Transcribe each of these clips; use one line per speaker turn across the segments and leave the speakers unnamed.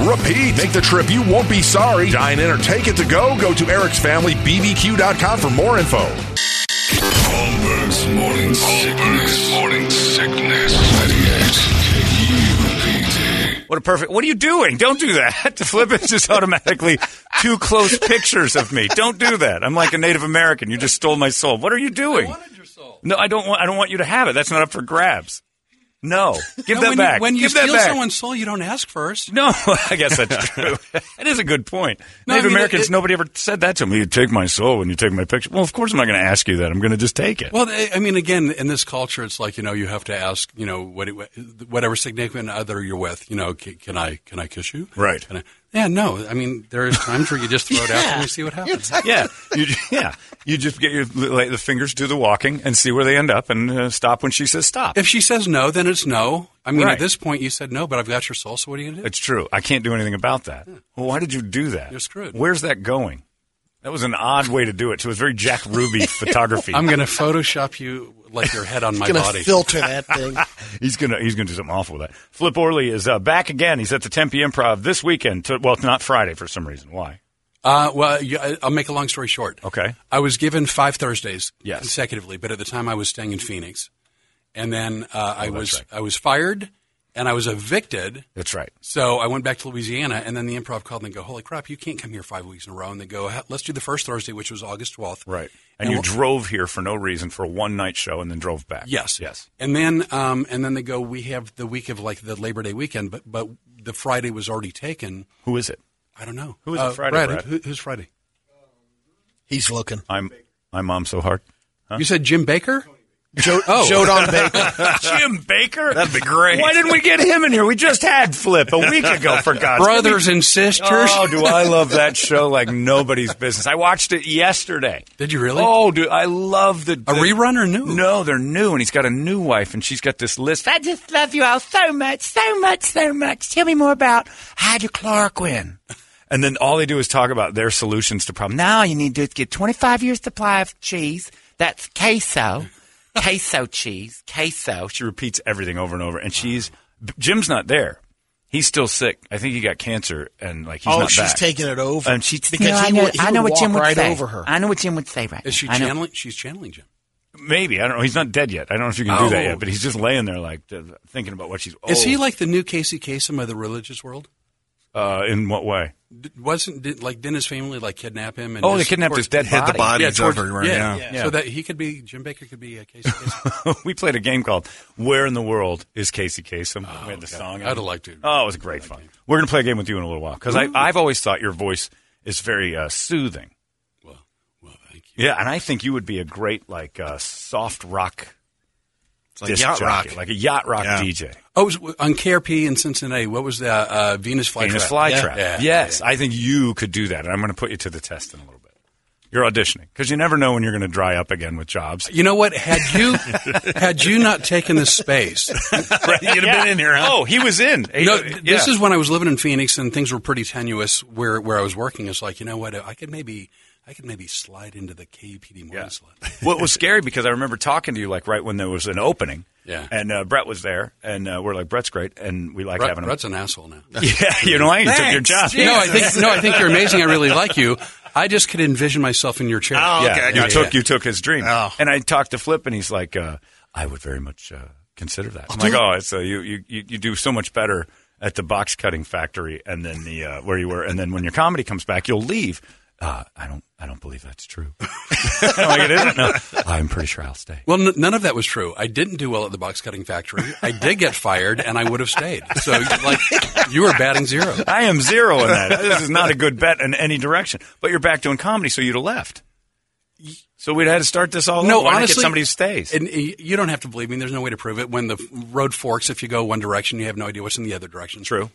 repeat. Make the trip, you won't be sorry. Dine in or take it to go. Go to Eric's Family BBQ.com for more info.
Holmberg's morning sickness. Morning sickness. 98 KUPD.
What a perfect. What are you doing? Don't do that. The flip is just automatically too close pictures of me. Don't do that. I'm like a Native American. You just stole my soul. What are you doing? I wanted your soul. No, I don't want. I don't want you to have it. That's not up for grabs. No, give
No,
that
when
back.
You, when you
give that
steal
back.
someone's soul, you don't ask first.
no, I guess that's true. that is a good point.
No, I
Native
mean,
Americans,
it-
nobody ever said that to me. You take my soul when you take my picture. Well, of course I'm not going to ask you that. I'm going to just take it.
Well, they- I mean, again, in this culture, it's like you know, you have to ask, you know, what, whatever significant other you're with, you know, can, can I can I kiss you?
Right.
Can I, yeah. No. I mean, there is times where you just throw it out and you see what happens.
yeah, you, yeah. You just get your let the fingers do the walking and see where they end up, and uh, stop when she says stop.
If she says no, then it's no. I mean,
Right.
at this point, you said no, but I've got your soul. So what are you gonna do?
It's true. I can't do anything about that. Well, why did you do that?
You're screwed.
Where's that going? That was an odd way to do it. It was very Jack Ruby photography.
I'm going to Photoshop you like your head on my
gonna
body.
filter that thing.
he's gonna he's gonna do something awful with that. Flip Orley is uh, back again. He's at the Tempe Improv this weekend. To, well, it's not Friday for some reason. Why?
Uh, well, you- I- I'll make a long story short.
Okay.
I was given five Thursdays
Yes.
consecutively, but at the time I was staying in Phoenix, and then uh, I was
Oh, right.
I was fired and I was evicted.
That's right.
So I went back to Louisiana, and then the improv called and they go, "Holy crap, you can't come here five weeks in a row." And they go, "Ha- "Let's do the first Thursday, which was August twelfth,
And, you drove here for no reason for a one night show and then drove back.
Yes,
Yes.
And then um, and then they go, "We have the week of like the Labor Day weekend, but but the Friday was already taken.
Who is it?
I don't know Uh,
Who is it Friday, Brad?
Who, who's Friday?
He's looking.
I'm I'm mom so hard.
You said Jim Baker."
Joe,
Oh.
Joe Don Baker.
Jim Baker? That'd
be great.
Why didn't we get him in here? We just had Flip a week ago, for God's sake.
brothers and sisters.
Oh, do I love that show like nobody's business? I watched it yesterday.
Did you really?
Oh, dude, I love the, the
A rerun or new?
No, they're new, and he's got a new wife, and she's got this list. I just love you all so much, so much, so much. Tell me more about hydrochloroquine. And then all they do is talk about their solutions to problems.
Now you need to get 25 years supply of cheese. That's queso. queso cheese. Queso.
She repeats everything over and over, and she's Jim's not there. He's still sick. I think he got cancer, and like he's
oh,
not
she's
back.
taking it over.
And she's-
because
No,
he
I know,
would, he
I
would
know what
walk
Jim would
right
say.
over her.
I know what Jim would say right
Is she
now. I know.
channeling? She's channeling Jim.
Maybe I don't know. He's not dead yet. I don't know if you can do that
Oh.
yet. But he's just laying there, like uh, thinking about what she's.
Is
oh.
he like the new Casey Kasem of the religious world?
Uh, in what way?
D- wasn't did, like didn't his family like kidnap him? And
Oh, they
his-
kidnapped his dead
Had the
body.
bodies
towards-
everywhere,
Yeah,
Yeah. so that he could be Jim Baker could be uh, Casey Kasem.
we played a game called "Where in the World is Casey Kasem?" we had the song. in
I'd
it.
have liked to.
Oh, it was great fun. We're gonna play a game with you in a little while because I've always thought your voice is very uh, soothing.
well, well, thank you.
Yeah, and I think you would be a great like uh, soft rock,
It's like
disc
yacht
jockey,
rock.
like a yacht rock
Yeah.
DJ.
Oh, it was w- on KRP in Cincinnati. What was that? Uh, Venus flytrap.
Venus flytrap.
Yeah.
Yes, I think you could do that, and I'm going to put you to the test in a little bit. You're auditioning because you never know when you're going to dry up again with jobs.
You know what? Had you had you not taken this space,
You'd have been in here. Oh, he was in.
No,
uh,
He-
th-
yeah.
this is when I was living in Phoenix and things were pretty tenuous where, where I was working. It's like, you know what? I could maybe I could maybe slide into the KPD morning
Yeah.
slot.
well, it was scary because I remember talking to you like right when there was an opening,
Yeah.
And uh, Brett was there, and uh, we're like, Brett's great, and we like
Brett,
having him.
Brett's an asshole now.
yeah, you know, I took your
Thanks,
job.
Jim.
No, I think no, I think you're amazing. I really like you. I just could envision myself in your chair.
Oh,
Yeah,
okay, I
you
got
took
you.
you took his dream.
Oh.
And I talked to Flip, and he's like, uh, I would very much uh, consider that. I'm like, oh, it's, uh, you you you you do so much better at the box cutting factory, and then the uh, where you were, and then when your comedy comes back, you'll leave. Uh, I don't I don't believe that's true. I'm like it isn't. No, I'm pretty sure I'll stay.
Well, n- none of that was true. I didn't do well at the box cutting factory. I did get fired, and I would have stayed. So, like, you were batting zero.
I am zero in that. This is not a good bet in any direction. But you're back doing comedy, so you'd have left. So we'd had to start this all over. Oh,
No,
Why not get
honestly,
somebody who stays.
And y- you don't have to believe me. There's no way to prove it. When the road forks, if you go one direction, you have no idea what's in the other direction.
True.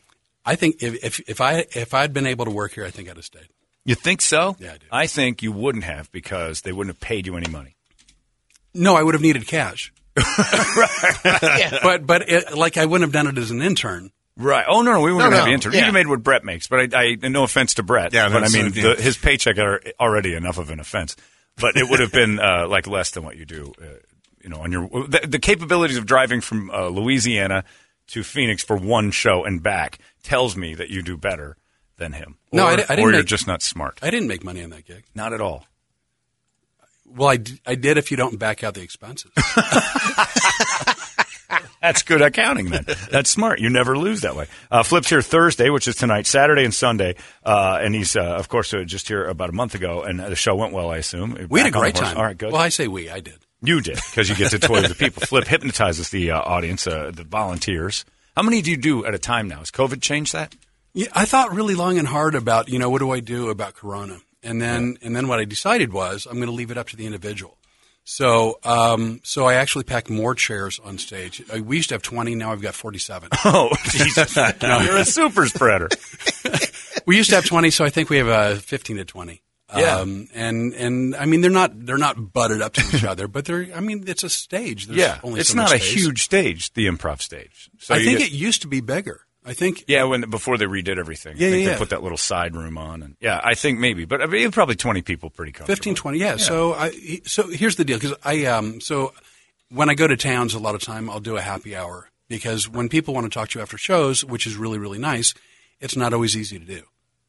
I think if if, if I if I'd been able to work here, I think I'd have stayed.
You think so?
Yeah, I do.
I think you wouldn't have because they wouldn't have paid you any money.
No, I would have needed cash. But but it, like I wouldn't have done it as an intern.
Right. Oh no, no we wouldn't
No,
have
no.
entered.
Yeah.
You'd have made what Brett makes, but I, I no offense to Brett.
Yeah,
but I
that's-
mean
yeah.
the, his paycheck are already enough of an offense. But it would have been uh, like less than what you do. Uh, you know, on your the, the capabilities of driving from uh, Louisiana to Phoenix for one show and back tells me that you do better than him.
No,
or,
I di- I didn't
or you're
make-
just not smart.
I didn't make money on that gig.
Not at all.
Well, I, d- I did if you don't back out the expenses.
That's good accounting then. That's smart. You never lose that way. Uh, Flip's here Thursday, which is tonight, Saturday and Sunday, uh, and he's uh, of course uh, just here about a month ago, and the show went well. I assume
We
Back
had a
on the
great
horse.
time.
All right, good.
Well, I say we. I did.
you did because you get to toy with the people. Flip hypnotizes the uh, audience, uh, the volunteers. How many do you do at a time now? Has COVID changed that?
Yeah, I thought really long and hard about you know what do I do about Corona, and then and then what I decided was I'm going to leave it up to the individual. So um, so I actually packed more chairs on stage. I, we used to have 20, now I've got 47.
Oh, Jesus! You're a super spreader.
we used to have 20, so I think we have uh, 15 to 20.
Yeah.
Um, and and I mean they're not they're not butted up to each other, but they're I mean it's a stage. There's
yeah,
only
it's
so
not
much
a
space.
huge stage, the improv stage. So
I
you
think
get-
it used to be bigger. I think
Yeah, when before they redid everything,
Yeah,
I think
yeah,
they
yeah.
put that little side room on, and yeah, I think maybe, but I mean, probably twenty people, pretty comfortable.
15 20 yeah, so i he- so here's the deal because i um so when i go to towns a lot of time i'll do a happy hour because when people want to talk to you after shows which is really really nice it's not always easy to do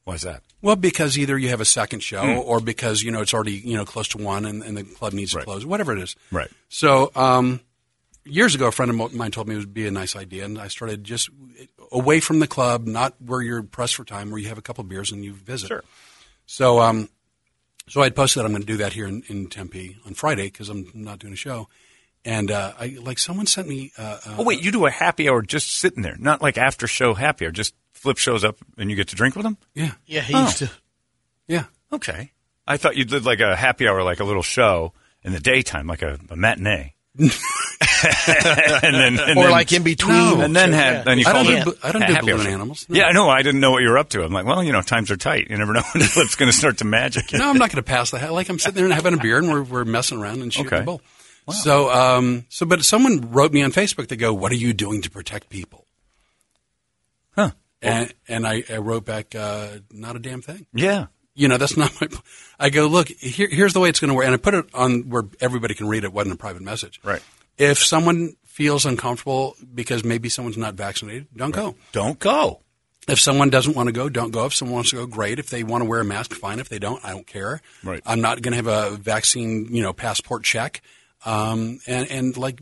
Why's that?
well because either you have a second show or because you know it's already you know close to one and, and the club needs to close whatever it is
Right.
so um years ago a friend of mine told me it would be a nice idea and i started just away from the club not where you're pressed for time where you have a couple beers and you visit
Sure.
so, um, so I had posted that I'm going to do that here in, in Tempe on Friday because I'm not doing a show. And uh, I like someone sent me. Uh, uh,
Oh wait, you do a happy hour just sitting there, not like after show happy hour. Just Flip shows up and you get to drink with him.
yeah,
Yeah, he used to.
yeah.
Okay, I thought you did like a happy hour, like a little show in the daytime, like a, a matinee, and then and
Or
then-
like in between.
and then had then you
I
called
don't
it.
do, I
a
don't do
happy hour
balloon
show.
animals. No.
Yeah, I know. I didn't know what you were up to. I'm like, well, you know, times are tight. You never know when Flip's going to start to magic. it.
No, I'm not going to pass the hat. Like I'm sitting there and having a beer and we're, we're messing around and shooting
Okay.
the bull. So, um, so, but someone wrote me on Facebook. They go, "What are you doing to protect people?"
Huh.
And, and I, I wrote back, uh, "Not a damn thing."
Yeah.
you know, that's not my. I go, look, here, here's the way it's going to work. And I put it on where everybody can read it. It wasn't a private message.
Right.
If someone feels uncomfortable because maybe someone's not vaccinated, don't go.
Don't go.
If someone doesn't want to go, don't go. If someone wants to go, great. If they want to wear a mask, fine. If they don't, I don't care.
Right.
I'm not going to have a vaccine, you know, passport check. Um, and, and like,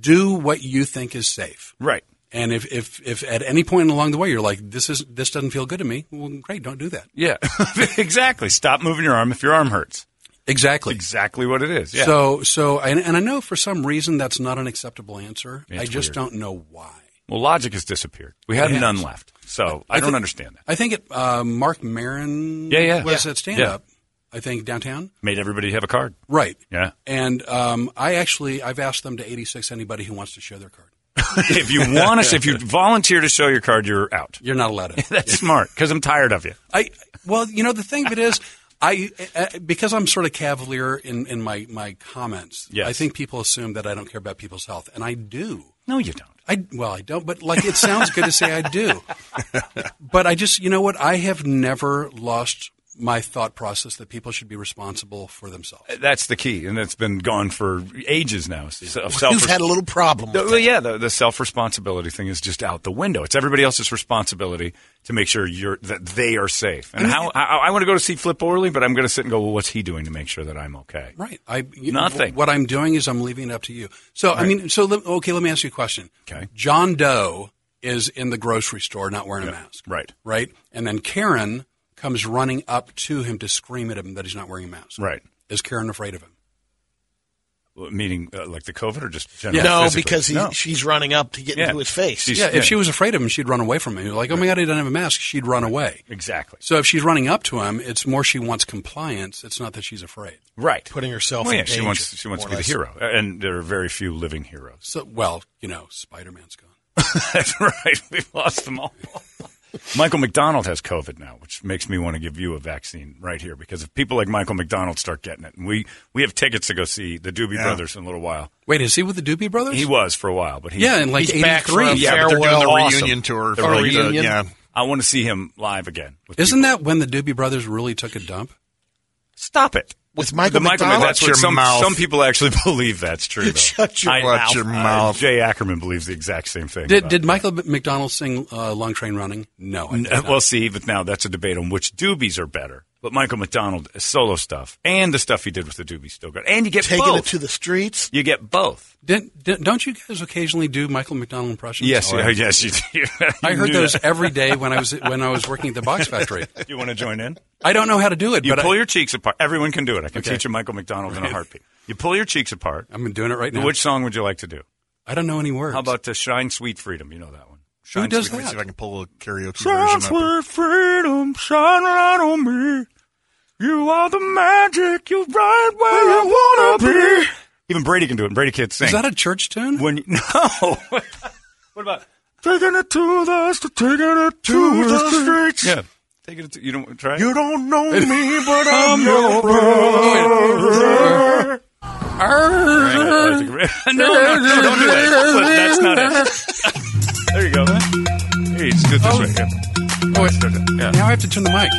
do what you think is safe.
Right.
And if, if, if at any point along the way you're like, this is, this doesn't feel good to me, well, great, don't do that.
Yeah, exactly. Stop moving your arm if your arm hurts.
Exactly.
Exactly what it is. Yeah.
So, so, and, and I know for some reason that's not an acceptable answer.
It's
I just
weird.
don't know why.
well, logic has disappeared. We have
It has.
none left. So I, don't understand that.
I think it, uh, Mark Marin
Yeah, yeah.
was
Yeah.
at stand up, I think downtown.
Made everybody have a card.
Right.
Yeah.
And um, I actually, I've asked them to 86 anybody who wants to show their card.
if you want us, if you volunteer to show your card, you're out.
You're not allowed to.
That's smart because I'm tired of you.
I, well, you know, the thing of it is, I, uh, because I'm sort of cavalier in, in my, my comments,
Yes.
I think people assume that I don't care about people's health. And I do.
No, you don't.
I well, I don't, but like it sounds good to say I do. but I just, you know what? I have never lost my thought process that people should be responsible for themselves.
That's the key, and it's been gone for ages now. Self,
You've had a little problem.
The-
with
well, yeah, the, the self responsibility thing is just out the window. It's everybody else's responsibility to make sure you're that they are safe. And how I, I want to go to see Flip Orley, but I'm going to sit and go, well, what's he doing to make sure that I'm okay?
Right. I you-
Nothing.
What I'm doing is I'm leaving it up to you. So I mean, so let, okay, let me ask you a question.
Okay.
John Doe is in the grocery store not wearing a mask.
right.
Right. And then Karen comes running up to him to scream at him that he's not wearing a mask.
Right.
Is Karen afraid of him?
Meaning, uh, like the COVID or just general?
that. No,
physically?
because he,
No.
she's running up to get
Yeah.
into his face.
She's-
Yeah.
yeah.
If she was afraid of him, she'd run away from him. Like, oh my God, he doesn't have a mask. She'd run away.
exactly
So if she's running up to him, it's more she wants compliance. It's not that she's afraid.
right.
putting herself
Well,
in
yeah, she
danger,
wants she wants to
more
be
or
the
less.
hero, and there are very few living heroes.
So well, you know, Spider Man's gone.
That's right. We've lost them all. Michael McDonald has COVID now, which makes me want to give you a vaccine right here because if people like Michael McDonald start getting it, and we, we have tickets to go see the Doobie Brothers in a little while.
Wait, is he with the Doobie Brothers?
He was for a while, but he,
yeah, in like
He's back for a
'83.
Yeah, but they're doing
farewell
the awesome-
reunion tour.
they're
uh,
for
really
the-
good.
yeah.
I want to see him live again. with
Isn't
people.
that when the Doobie Brothers really took a dump?
stop it?
With
The
Michael
Michael,
McDonald?
that's
Shut
what
your
some,
mouth.
some people actually believe that's true. Though.
Shut your
I-
mouth. Shut your
uh,
mouth.
Jay Ackerman believes the exact same thing.
Did
about
did
it.
Michael McDonald sing uh, "Long Train Running"? No, I did
N-
not.
uh, Well, see, but now that's a debate on which doobies are better. But Michael McDonald uh, solo stuff and the stuff he did with the doobies still good. And you get
Taking
both.
it to the streets.
you get both.
Didn't- didn't- don't you guys occasionally do Michael McDonald impressions?
Yes,
All
yeah,
right.
yes, you do.
I
You
heard
knew
those
that.
every day when I was when I was working at the box factory.
You want to join in?
I don't know how to do it,
You
but
pull
I,
your cheeks apart. Everyone can do it. I can
Okay.
teach you Michael McDonald in a heartbeat. You pull your cheeks apart.
I'm doing it right now.
Which song would you like to do?
I don't know any words.
How about uh, "Shine Sweet Freedom"? You know that one.
who
Shine
does
Let me see if I
that?
can pull a karaoke
Shine
version. up.
sweet freedom, shine light on me. You are the magic, you right where, I wanna be. Even Brady can do it. Brady can't sing.
Is that a church tune?
when you, no? what about taking it to the st- taking it to, the, streets? Yeah, taking it. To, you don't try.
You don't know me, but
I'm
I'm
your
your
brother. no, no, no, don't do that. Look, That's not it. There you go. Hey, it's good this way. Yeah.
wait.
Yeah.
Now I have to turn the mic.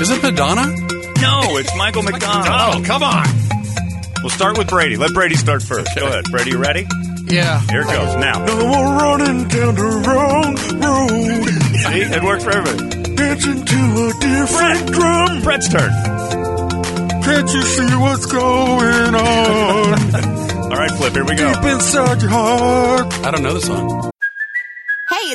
Is it Madonna?
No, it's Michael McDonald. Oh, come on. We'll start with Brady. Let Brady start first. Go ahead. Brady, you ready?
Yeah.
Here it goes. Now.
No more running down the wrong road,
See? It worked for everybody.
dancing to a
Brett.
different drum.
Brett's turn.
Can't you see what's going on
All right, Flip. Here we go.
deep inside your heart?
I don't know the song.
Hey,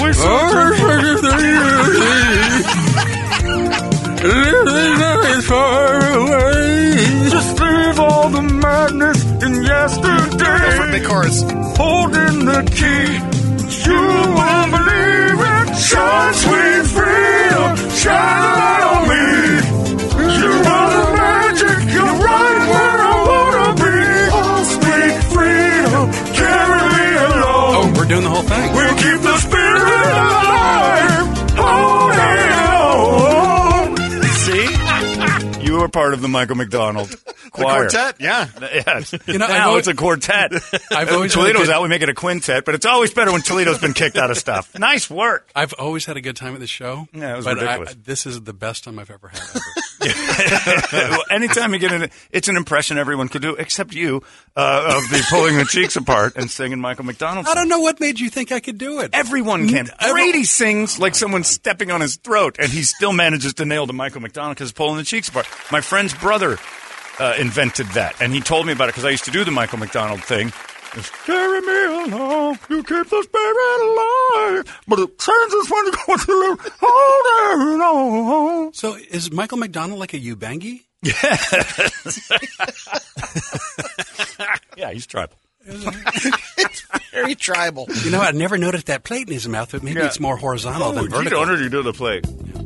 We're so Just leave all the madness in yesterday.
Big chorus.
Holding the key, you won't believe it. Shine sweet freedom, shine a light on me. You are the magic, you're right where I wanna be. Oh, sweet freedom, carry me along.
Oh, we're doing the whole thing.
We'll keep the spirit alive. Hold on. See? You were part of the Michael McDonald choir.
Quartet, yeah.
Yes.
You know, I've
now
always-
it's a quartet.
I've always
Toledo was
wanted to-
out. We make it a quintet, but it's always better when Toledo's been kicked out of stuff. Nice work.
I've always had a good time at the show.
Yeah, it was
but I-
ridiculous.
this is the best time I've ever had. Ever.
Well, anytime you get in, it's an impression everyone could do, except you, uh, of the pulling the cheeks apart and singing Michael McDonald.
I don't know what made you think I could do it.
Everyone can.
every-
Brady sings like someone's stepping on his throat, and he still manages to nail to Michael McDonald because pulling the cheeks apart. My friend's brother uh, invented that, and he told me about it because I used to do the Michael McDonald thing. It's, Carry me along, you keep the spirit alive, but it changes when you go through. Hold it on.
So is Michael McDonald like a Ubangi?
Yeah, he's tribal.
Very tribal.
Oh,
You know, I never noticed that plate in his mouth, but maybe it's more horizontal than vertical.
you do the play.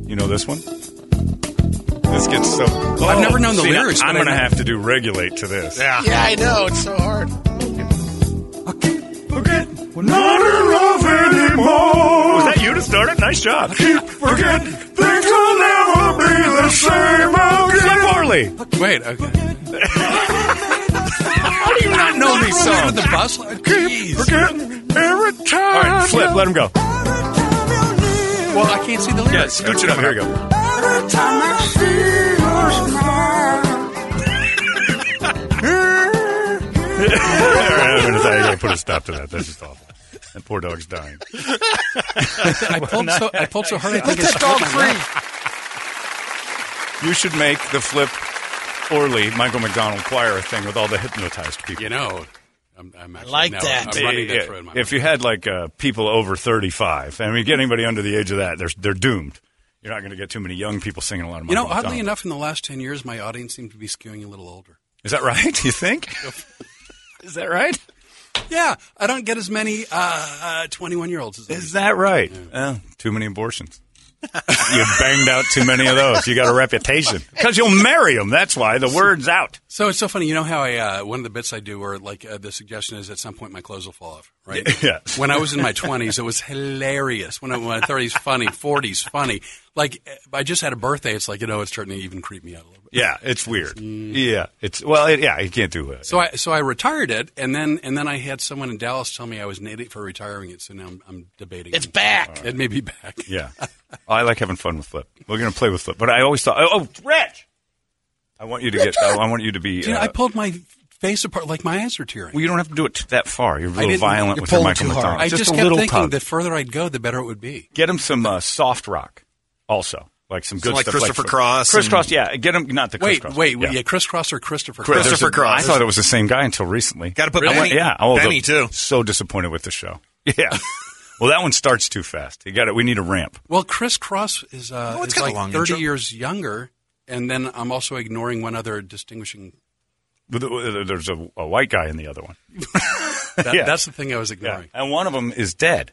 You know this one? This gets so. Oh,
I've never known the
See, now
lyrics,
I'm
but
going to
I know-
have to do regulate to this.
Yeah, I know. It's so hard.
Forget. We're not in love anymore. Was that you to start it? Nice job. Forget. Things will never be the same again. Slip Harley.
Wait, okay. How do you not know these songs? The bus? Oh, Jeez.
Every time. All right, flip. Let him go.
Well, I can't see the
Yeah,
lyrics.
scooch it up. Here we go.
Every time I see your smile.
I'm gonna say, I can't put a stop to that. That's just awful. That poor dog's dying.
I pulled so I pulled so hard. I
Let
think
that
it's-
dog free.
You should make the flip Orly Michael McDonald choir a thing with all the hypnotized people.
You know, I'm, I'm actually,
like
no,
that.
I'm running
Yeah,
that through in my
if you had like uh, people over 35, and we get anybody under the age of that, they're they're doomed. You're not going to get too many young people singing a lot of.
You know,
Michael
oddly
McDonald.
enough, in the last 10 years, my audience seemed to be skewing a little older.
is that right? You think? is that right?
Yeah, I don't get as many 21 year olds as I
Is that right? Uh, too many abortions. you banged out too many of those. You got a reputation because you'll marry them. That's why the word's out.
So it's so funny. You know how I, uh, one of the bits I do where like uh, the suggestion is at some point my clothes will fall off, right?
Yes.
When I was in my 20s, it was hilarious. When I was in my 30s, funny. 40s, funny. Like, uh, I just had a birthday. It's like, you know, it's starting to even creep me out a little bit.
Yeah, it's weird. Yeah, it's well, it, yeah, you can't do it.
Mm. So I, so I retired it, and then and then I had someone in Dallas tell me I was an idiot for retiring it. So now I'm, I'm debating.
It's back.
It may be back.
Yeah. I like having fun with Flip. We're going to play with Flip. But I always thought, oh, oh, Rich! I want you to get, I want you to be.
Do you know,
uh,
I pulled my face apart like my eyes are tearing.
well, you don't have to do it t- that far. You're a little
didn't-
violent
you're
with your
pulling
Michael
too hard.
McDonald.
I just,
a
kept
little
thinking
tug.
the further I'd go, the better it would be.
Get him some uh, soft rock also. Like some good
like
stuff.
Christopher Cross
Chris
and-
Cross, yeah. Get him, not the Chris
Wait,
Cross.
wait, yeah. Chris Cross or Christopher
Chris-
Cross?
there's
Christopher
a-
Cross.
I thought it was the same guy until recently.
Got to put
I
Benny,
went- yeah. Oh, the-
Benny too.
So disappointed with the show. Yeah. well, that one starts too fast. You got it. We need a ramp.
Well, Chris Cross is, uh,
Oh, it's
is
got a
like
long
30
intro.
years younger, and then I'm also ignoring one other distinguishing.
But th- There's a, a white guy in the other one.
That,
Yeah.
That's the thing I was
Yeah.
ignoring.
And one of them is dead.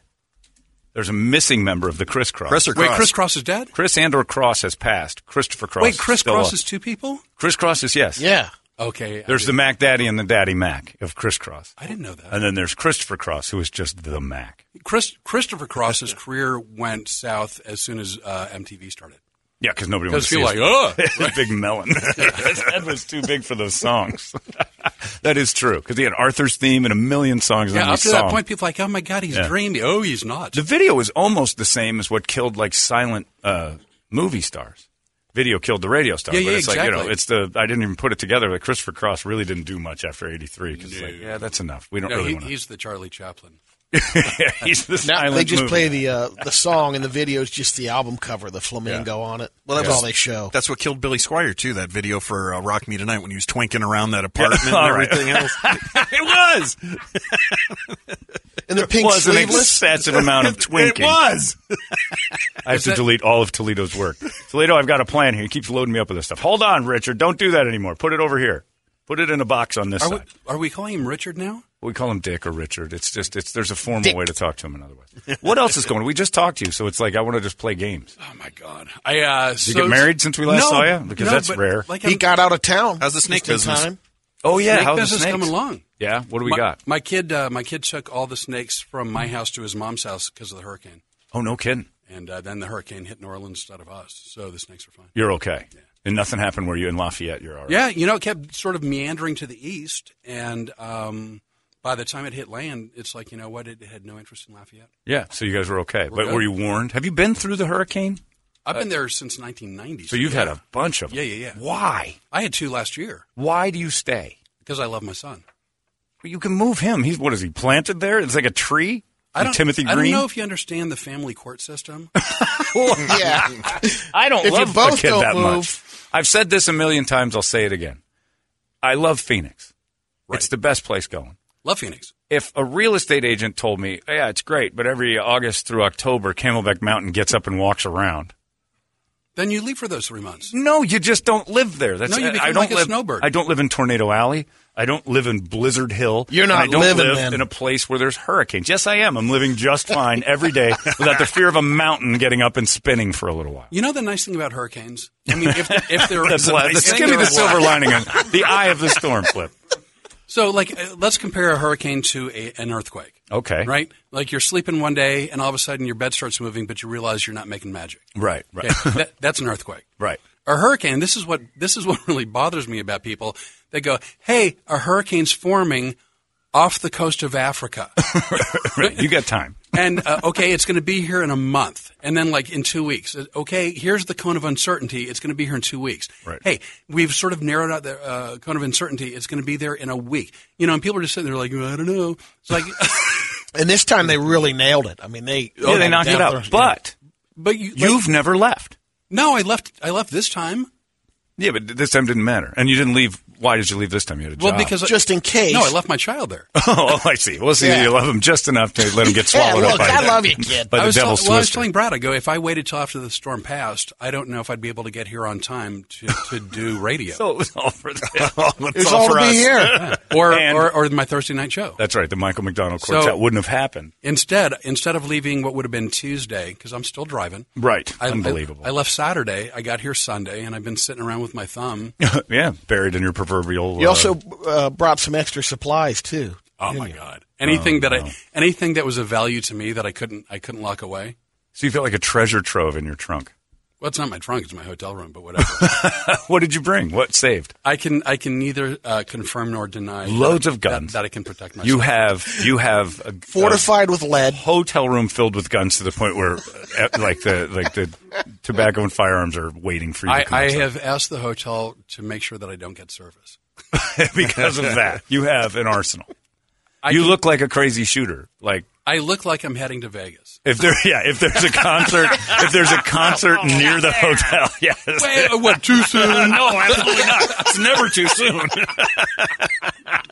There's a missing member of the Chris Cross.
Chris or
Wait,
Cross?
Chris Cross is dead?
Chris and or Cross has passed. Christopher Cross.
Wait, Chris
still
Cross
up.
is two people?
Chris Cross is yes.
Yeah.
Okay. I
There's the
didn't-
Mac Daddy and the Daddy Mac of Chris Cross,
I didn't know that.
and then there's Christopher Cross, who is just the Mac.
Chris, Christopher Cross's career went south as soon as uh, MTV started.
Yeah, because nobody wants
Because
to
people
see
like, oh,
his big melon. his head was too big for those songs. that is true because he had Arthur's theme and a million songs. on
yeah, up
this
to
song.
that point, people are like, oh my God, he's
Yeah.
dreamy. Oh, he's not.
The video is almost the same as what killed like silent uh, movie stars. Video killed the radio star.
Yeah,
but
yeah,
it's like, you know,
exactly.
it's the I didn't even put it together. Like Christopher Cross really didn't do much after '83 because like, yeah, that's enough. We don't
No,
really
he,
want to.
he's the Charlie Chaplin.
he's the
Now
silent
they just
movie.
play the uh, the song and the video is just the album cover, the flamingo on it. Well, that's
was-
all they show.
That's what killed Billy Squire too. That video for uh, "Rock Me Tonight" when he was twinking around that apartment
all
and
right.
everything else.
it was
and the pink
was an
sleeveless.
excessive amount of
it
twinking.
was.
I have to delete all of Toledo's work. Toledo, I've got a plan here. He keeps loading me up with this stuff. Hold on, Richard. Don't do that anymore. Put it over here. Put it in a box on this
Are we,
side.
are we calling him Richard now?
We call him Dick or Richard. It's just it's there's a formal way to talk to him in other ways. What else is going? on? We just talked to you, so it's like I want to just play games.
Oh my God! I uh, did
you get married since we last saw you? Because that's rare.
Like
He
I'm-
got out of town.
How's the snake
just in
business?
time.
Oh yeah,
snake
how's the
business
snakes?
coming along.
Yeah, what do we
my,
got?
My kid, uh, my kid took all the snakes from my house to his mom's house because of the hurricane,
Oh no, kidding.
and uh, then the hurricane hit New Orleans instead of us, so the snakes are fine.
You're okay, and nothing happened where you in Lafayette. You're all right.
Yeah, you know, it kept sort of meandering to the east, and um, by the time it hit land, it's like you know what? It had no interest in Lafayette.
yeah. So you guys were okay, but
good.
were you warned? Have you been through the hurricane?
I've been there since 1990.
Uh, So you've had a bunch of them.
Yeah, yeah, yeah.
Why?
I had two last year
Why do you stay?
because I love my son.
Well, You can move him. He's what is he planted there? It's like a tree.
I
Like
don't,
Timothy Green.
I don't know if you understand the family court system.
Yeah.
I don't
If you
love
both
a kid
don't
that
move-
much. I've said this a million times. I'll say it again. I love Phoenix. It's the best place going.
love Phoenix.
If a real estate agent told me, yeah, it's great, but every August through October, Camelback Mountain gets up and walks around,
Then you leave for those three months.
No, you just don't live there. That's
No, you
I-
become
I don't
like a
live,
snowbird.
I don't live in Tornado Alley. I don't live in Blizzard Hill.
You're
And
not
I don't
living
live
then.
in a place where there's hurricanes. Yes, I am. I'm living just fine every day without the fear of a mountain getting up and spinning for a little while.
You know the nice thing about hurricanes? I mean, if, if there
That's
is a
why-
nice thing,
give me
there
the
is-
silver lining and the eye of the storm flip.
So, like, uh, let's compare a hurricane to a, an earthquake,
Okay.
right? Like, you're sleeping one day, and all of a sudden your bed starts moving, but you realize you're not making magic.
Right. Right.
Okay, that, that's an earthquake.
Right.
A hurricane. This is what this is what really bothers me about people. They go, "Hey, a hurricane's forming off the coast of Africa."
right. You got time.
and uh, okay, it's going to be here in a month, and then like in two weeks. Uh, Okay, here's the cone of uncertainty. It's going to be here in two weeks.
Right.
Hey, we've sort of narrowed out the uh, cone of uncertainty. It's going to be there in a week. You know, and people are just sitting there like, I don't know. It's like,
And this time they really nailed it. I mean, they
Yeah, they knocked it
down
out.
there, yeah.
but
but you, like,
you've never left.
no, I left. I left this time.
Yeah, but th- this time didn't matter. And you didn't leave. Why did you leave this time? You had a
Well,
job.
because
just in case.
no, I left my child there.
oh, I see. Well, see,
Yeah.
you love him just enough to let him get
Yeah,
swallowed
look,
up by,
I
the-
love you, kid.
by
I
the
was tell-
devil's
well, I was
twister.
telling Brad, I go, if I waited till after the storm passed, I don't know if I'd be able to get here on time to, to do radio
So it was all for It
It's all to be here.
or,
And-
or or my Thursday night show.
That's right. The Michael McDonald
So-
quartet wouldn't have happened.
Instead, instead of leaving what would have been Tuesday, because I'm still driving.
Right.
I,
Unbelievable.
I, I left Saturday. I got here Sunday, and I've been sitting around with my thumb.
yeah, buried in your proverbial.
You
uh,
also uh, brought some extra supplies too.
Oh my god! Anything that I, anything that was of value to me that I couldn't, I couldn't lock away.
so you felt like a treasure trove in your trunk.
Well, it's not my trunk; it's my hotel room. But whatever.
What did you bring? What saved?
I can, I can neither uh, confirm nor deny.
Loads
that-
of guns.
that, that I can protect myself.
You have you have a,
Fortified with lead.
a hotel room filled with guns to the point where, uh, like the like the tobacco and firearms are waiting for you.
I,
to come
I
outside.
have asked the hotel to make sure that I don't get service.
because of that. You have an arsenal.
I
you
can-
look like a crazy shooter. Like
I look like I'm heading to Vegas.
if there, yeah, if there's a concert, if there's a concert near the hotel, yes.
Oh, Wait, what? Too soon?
no, absolutely not. It's never too soon.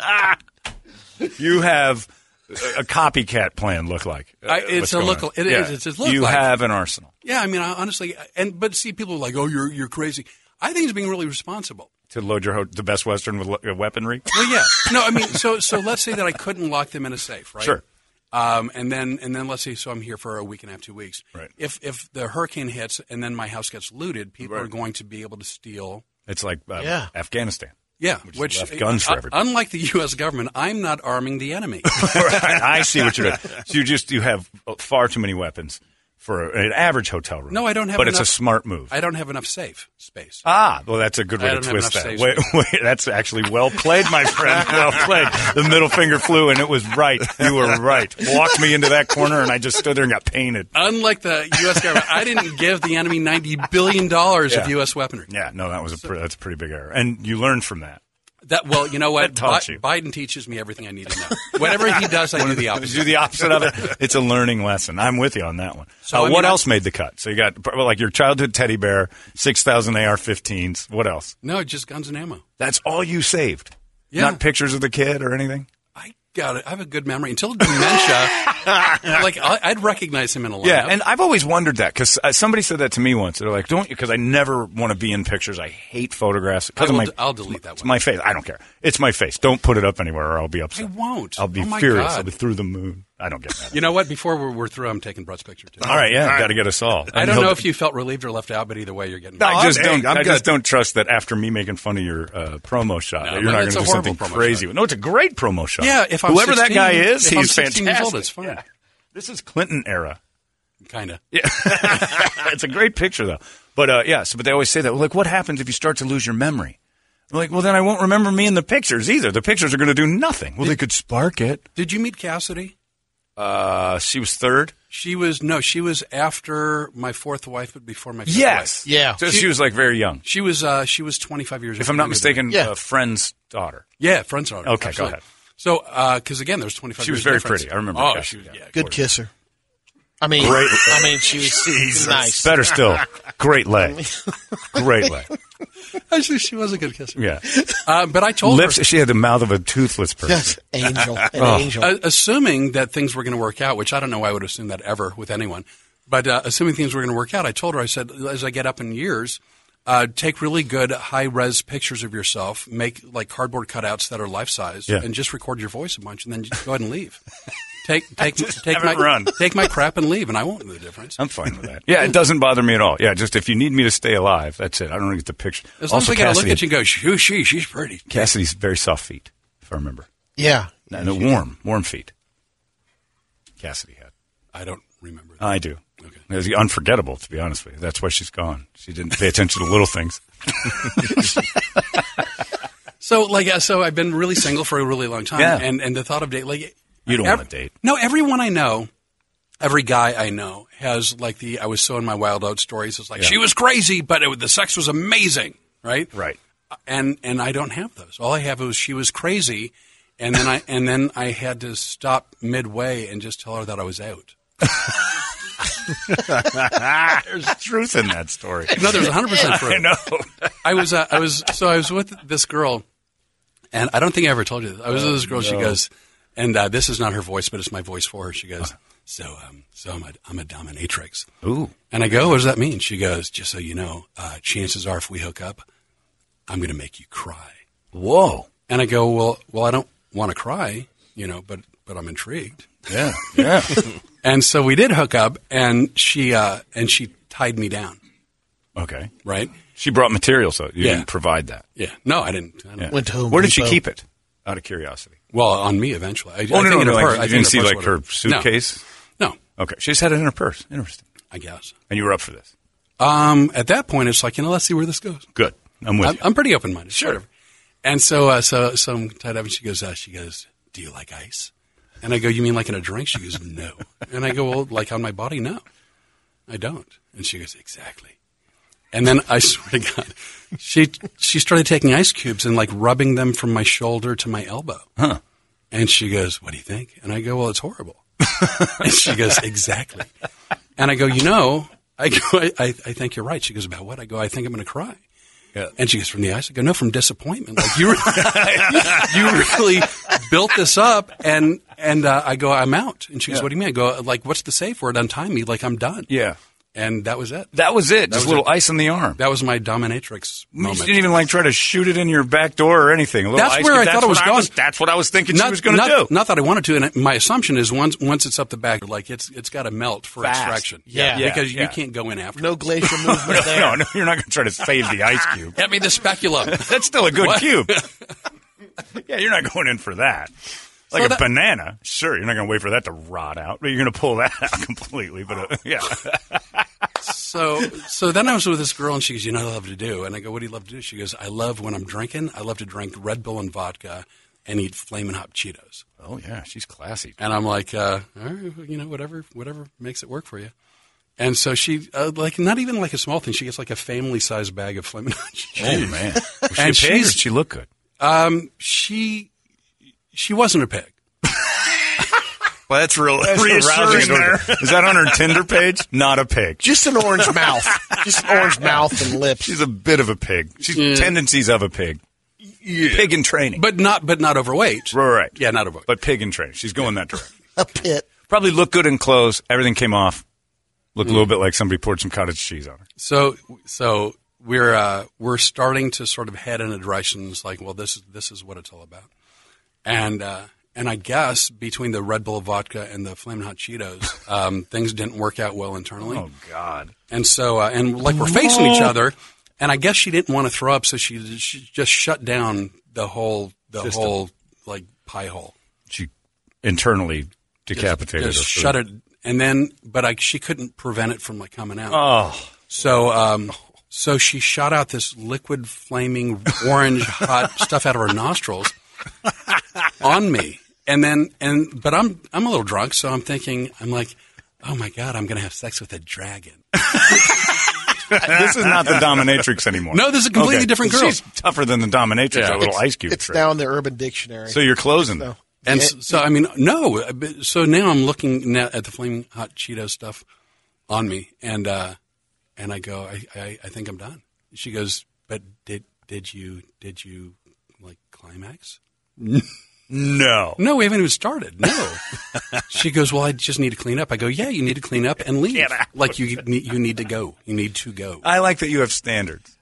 you have a copycat plan. Look like
I-
Uh,
it's
what's
a
going
look-
on.
it is, it's a look
You
like.
have an arsenal
Yeah, I mean, I, honestly, and but see, people are like, "Oh, you're you're crazy." I think it's being really responsible.
to load your ho- the best Western with lo- uh, weaponry.
Well, yeah, no, I mean, so so let's say that I couldn't lock them in a safe, right?
Sure.
Um, and then and then let's say so I'm here for a week and a half, two weeks.
Right.
If if the hurricane hits and then my house gets looted, people
Right.
are going to be able to steal.
It's like uh,
Yeah.
Afghanistan.
Yeah,
Which left guns for
uh,
everybody.
Unlike the U.S. government, I'm not arming the enemy.
I see what you're doing. So you just you have uh, far too many weapons for an average hotel room.
No, I don't have
But it's
enough-
a smart move.
I don't have enough safe space.
Ah, well, that's a good way
I
to
don't have
twist
enough
that.
safe
Wait, wait, that's actually well played, my friend. Well played. The middle finger flew, and it was right. You were right. Walked me into that corner, and I just stood there and got painted.
Unlike the U.S. government, I didn't give the enemy ninety billion dollars
Yeah.
of U.S. weaponry.
Yeah, no, that was a pre- that's a pretty big error, and you learned from that.
That well, you know what?
That taught
Bi-
you.
Biden teaches me everything I need to know. Whatever he does, I do the
You
opposite.
do the opposite of it. It's a learning lesson. I'm with you on that one.
So,
Uh,
I mean,
what
I-
else made the cut? So you got well, like your childhood teddy bear, six thousand AR-15s. What else?
No, just guns and ammo.
That's all you saved.
Yeah.
Not pictures of the kid or anything.
I got it. I have a good memory until dementia. like I, I'd recognize him in a lineup.
Yeah, and I've always wondered that because uh, somebody said that to me once. They're like, "Don't you?" Because I never want to be in pictures. I hate photographs
I
because of
will
my.
d- I'll delete that
It's
one.
my face. I don't care. It's my face. Don't put it up anywhere, or I'll be upset.
I won't.
I'll be
Oh, my
furious.
God.
I'll be through the moon. I don't get that.
you know what? Before we're, we're through, I'm taking Brett's picture too.
All right, yeah, got to get us all.
I
And
don't
Uh-huh. he'll-
know if you Oh, felt relieved or left out, but either way, you're getting.
I just
I'm-
don't.
hey, I'm
I just
good.
don't trust that after me making fun of your uh, promo shot,
No,
that you're not going
it's
to do
a
something
horrible promo
crazy.
shot.
with- No, it's a great promo shot.
Yeah, if I'm
whoever that
16
guy is,
if I'm
he's
16
fantastic.
years old, it's fine.
Yeah. This is Clinton era.
kind of.
Yeah, Ah, it's a great picture though. But uh, yeah, so but they always say that. Well, like, what happens if you start to lose your memory? I'm like, well, then I won't remember me in the pictures either. The pictures are going to do nothing. Well, they could spark it.
Did you meet Cassidy?
Uh, she was third.
She was no. She was after my fourth wife, but before my fifth
Yes.
wife.
Yeah.
So she, was like very young,
She was. Uh, she was 25 years.
if I'm not
older than-
mistaken.
Yeah.
A friend's daughter.
Yeah, friends are.
Okay, go
absolutely.
ahead.
So, because again, there's 25.
She was
years
very
difference.
pretty. I remember
Oh,
Cassidy,
she was.
yeah.
Yeah,
Good
gorgeous.
kisser. I mean,
Great.
I mean, she was nice.
Better still, great leg, great leg.
Actually, Oh, she was a good kisser.
Yeah,
Uh, but I told
lips.
her,
She had the mouth of a toothless person.
Yes, angel, an angel.
uh, assuming that things were going to work out, which I don't know why I would assume that ever with anyone. But uh, assuming things were going to work out, I told her, I said, as I get up in years, uh, take really good high res pictures of yourself, make like cardboard cutouts that are life size,
Yeah.
and just record your voice a bunch, and then just go ahead and leave. take take take
have
my
it run.
take my crap and leave, and I won't know the difference.
I'm fine with that. Yeah, it doesn't bother me at all. Yeah, just if you need me to stay alive, that's it. I don't get the picture.
As long as
Also,
I get to look
Cassidy-
at you and go, she, she, she's pretty.
Cassidy's very soft feet, if I remember.
Yeah.
No, no, warm, warm feet. Cassidy had.
I don't remember.
I do. It was unforgettable, to be honest with you. That's why she's gone. She didn't pay attention to little things.
So like uh, so I've been really single for a really long time
Yeah.
and and the thought of date like
You don't
ev-
want to date.
No, everyone I know, every guy I know has like the I was so in my wild out stories it's like
Yeah.
she was crazy but it, the sex was amazing, right?
Right.
And and I don't have those. All I have is she was crazy and then I and then I had to stop midway and just tell her that I was out.
Ah, there's truth in that story.
No, there's 100 percent truth.
I know.
I was uh, I was so I was with this girl, and I don't think I ever told you this. I was with this girl. She
Oh, no.
goes, and uh, this is not her voice, but it's my voice for her. She
Uh-huh.
goes, so um, so I'm a, I'm a dominatrix,
Ooh.
and I go, what does that mean? She goes, just so you know, uh, chances are if we hook up, I'm going to make you cry.
Whoa.
And I go, well, well, I don't want to cry, you know, but but I'm intrigued.
Yeah. Yeah.
And so we did hook up, and she uh, and she tied me down,
okay.
right?
She brought material, so you
Yeah.
didn't provide that.
Yeah. No, I didn't. I don't,
Yeah.
Went to Home
Where did she
Depot.
keep it? Out of curiosity.
Well, on me eventually. I,
Oh,
I
no, no,
think it
no.
of her.
Like,
I
you
think
didn't
of
see,
her
like,
sweater.
her suitcase?
No, no,
Okay. She just had it in her purse. Interesting.
I guess.
And you were up for this.
Um, at that point, it's like you know, let's see where this goes.
Good. I'm with
I'm,
you.
I'm pretty open minded. Sure. And so, uh, so, so I'm tied up, and she goes, uh, she goes, "Do you like ice?" And I go, "You mean like in a drink?" She goes, "No." and I go, "Well, like on my body, no, I don't." And she goes, "Exactly." And then I swear to God, she she started taking ice cubes and like rubbing them from my shoulder to my elbow.
Huh.
And she goes, What do you think? And I go, Well, it's horrible. and she goes, Exactly. And I go, You know, I go, I, I, I think you're right. She goes, About what? I go, I think I'm going to cry.
Yeah.
And she goes, From the ice? I go, No, from disappointment. Like, you, re- you really built this up. And, and uh, I go, I'm out. And she goes,
Yeah.
What do you mean? I go, Like, what's the safe word? Untie me. Like, I'm done.
Yeah.
And that was it.
That was it. just
was
a little
it.
ice on the arm.
That was my dominatrix
You
moment.
didn't even like try to shoot it in your back door or anything. A little
That's
ice
where
cube.
I
that's
thought it was
what
going.
that's what I was thinking she was going to
not,
do.
Not that I wanted to, and it- my assumption is once once it's up the back, like it's it's got to melt for
Fast.
extraction.
Yeah. Yeah,
because
yeah.
you can't go in after.
No glacial movement
no,
there.
no, no, you're not going to try to save the ice cube.
Get me the speculum.
That's still a good
What?
cube. yeah, you're not going in for that. Like
So
a
that-
banana, sure, you're not going to wait for that to rot out, but you're going to pull that out completely. But uh, yeah,
so so then I was with this girl, and she goes, "You know, what I love to do." And I go, "What do you love to do?" She goes, "I love when I'm drinking. I love to drink Red Bull and vodka, and eat flaming hot Cheetos."
oh yeah, she's classy.
And I'm like, uh, all right, well, you know, whatever, whatever makes it work for you. And so she, uh, like, not even like a small thing. She gets like a family sized bag of flaming hot
Oh
Cheetos.
man, Was she a
And
pig or
she's-
did she look good?
Um, she she wasn't a pig.
Well, that's real reassuring.
Reassuring
There.
order. Is that on her Tinder page? Not a pig.
Just an orange mouth. Just an orange mouth and lips.
She's a bit of a pig. She's tendencies of a pig. Pig in training,
but not but not overweight.
Right, right.
Yeah, not overweight.
but pig in training. She's going that direction.
a pit.
Probably looked good in clothes. Everything came off. Looked a little bit like somebody poured some cottage cheese on her.
so so we're uh, we're starting to sort of head in a direction. It's like, well, this is this is what it's all about. And uh, and I guess between the Red Bull vodka and the Flamin' Hot Cheetos, um, things didn't work out well internally.
Oh, God.
And so, uh, and like we're facing each other, and I guess she didn't want to throw up, so she, she just shut down the whole, the
System.
whole like pie hole.
She internally decapitated
Just
her. food.
shut it, and then, but I, she couldn't prevent it from like coming out.
Oh,
So, um, so she shot out this liquid, flaming, orange, hot stuff out of her nostrils on me, and then, and but I'm I'm a little drunk, so I'm thinking, I'm like, oh my god, I'm gonna have sex with a dragon.
this is not the dominatrix anymore.
No, this is a completely different girl.
She's tougher than the dominatrix.
Yeah.
That little ice cube
It's
trick.
now in the Urban Dictionary.
so you're closing.
So-
And so, so, I mean, no. but- So now I'm looking now at the flaming hot Cheeto stuff on me, and uh, and I go, I, I, I think I'm done. She goes, but did did you did you like climax?
No.
No, we haven't even started. No. she goes, Well, I just need to clean up. I go, Yeah, you need to clean up and leave. Like you, need- you need to go. You need to go.
I like that you have standards.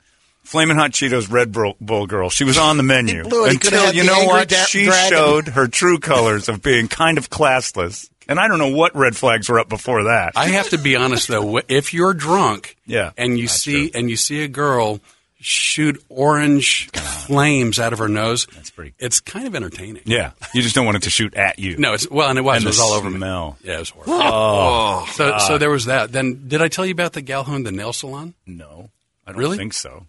Flaming Hot Cheetos Red Bull, Bull Girl. She was on the menu
It blew it. He could've
until
had
you
the
know
angry
what?
da-
she
dragon.
showed her true colors of being kind of classless. And I don't know what red flags were up before that.
I have to be honest though. wh- If you're drunk,
Yeah,
and you see and you see a girl shoot orange flames out of her nose, that's pretty. It's kind of entertaining.
Yeah, you just don't want it to shoot at you.
No, it's well, and it was.
And
it was
the
all over
smell.
me. Yeah, it was horrible.
Oh,
so
God.
so there was that. Then did I tell you about the gal who owned the nail salon?
No, I don't
Really?
think so.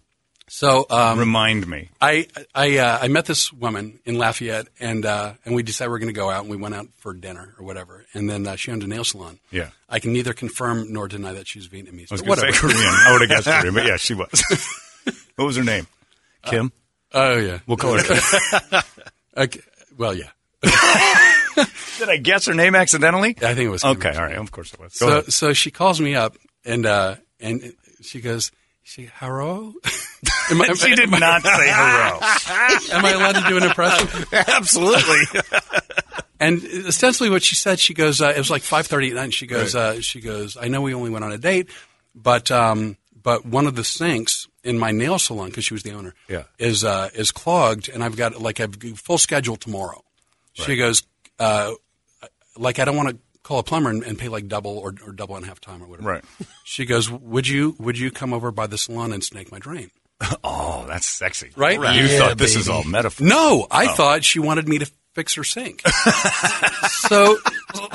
So um,
Remind me.
I I uh, I met this woman in Lafayette, and uh, and we decided we are going to go out, and we went out for dinner or whatever, and then uh, she owned a nail salon.
Yeah.
I can neither confirm nor deny that she's Vietnamese.
I was
but
going to say
whatever.
Korean. I would have guessed Korean, but yeah, she was. what was her name? Kim.
Oh yeah,
we'll call her. Kim.
Okay. Well, yeah.
Did I guess her name accidentally?
I think it was. Kim.
Okay, all right. Of course it was. Go
So,
ahead.
so she calls me up and uh, and she goes, she hello. Am I- am I-
she did not say hello.
Am I allowed to do an impression?
Absolutely.
And ostensibly, what she said, she goes, uh, it was like five thirty at night. And she goes, uh, she goes, I know we only went on a date, but um, but one of the sinks in my nail salon because she was the owner,
Yeah.
is uh, is clogged, and I've got like I've got full schedule tomorrow. She goes, uh, like I don't want to call a plumber and, and pay like double or, or double and a half time or whatever.
Right.
She goes, would you would you come over by the salon and snake my drain?
Oh, that's sexy.
Right?
You
Yeah,
thought this is
baby.
all metaphor.
No, I
Oh.
thought she wanted me to fix her sink. so,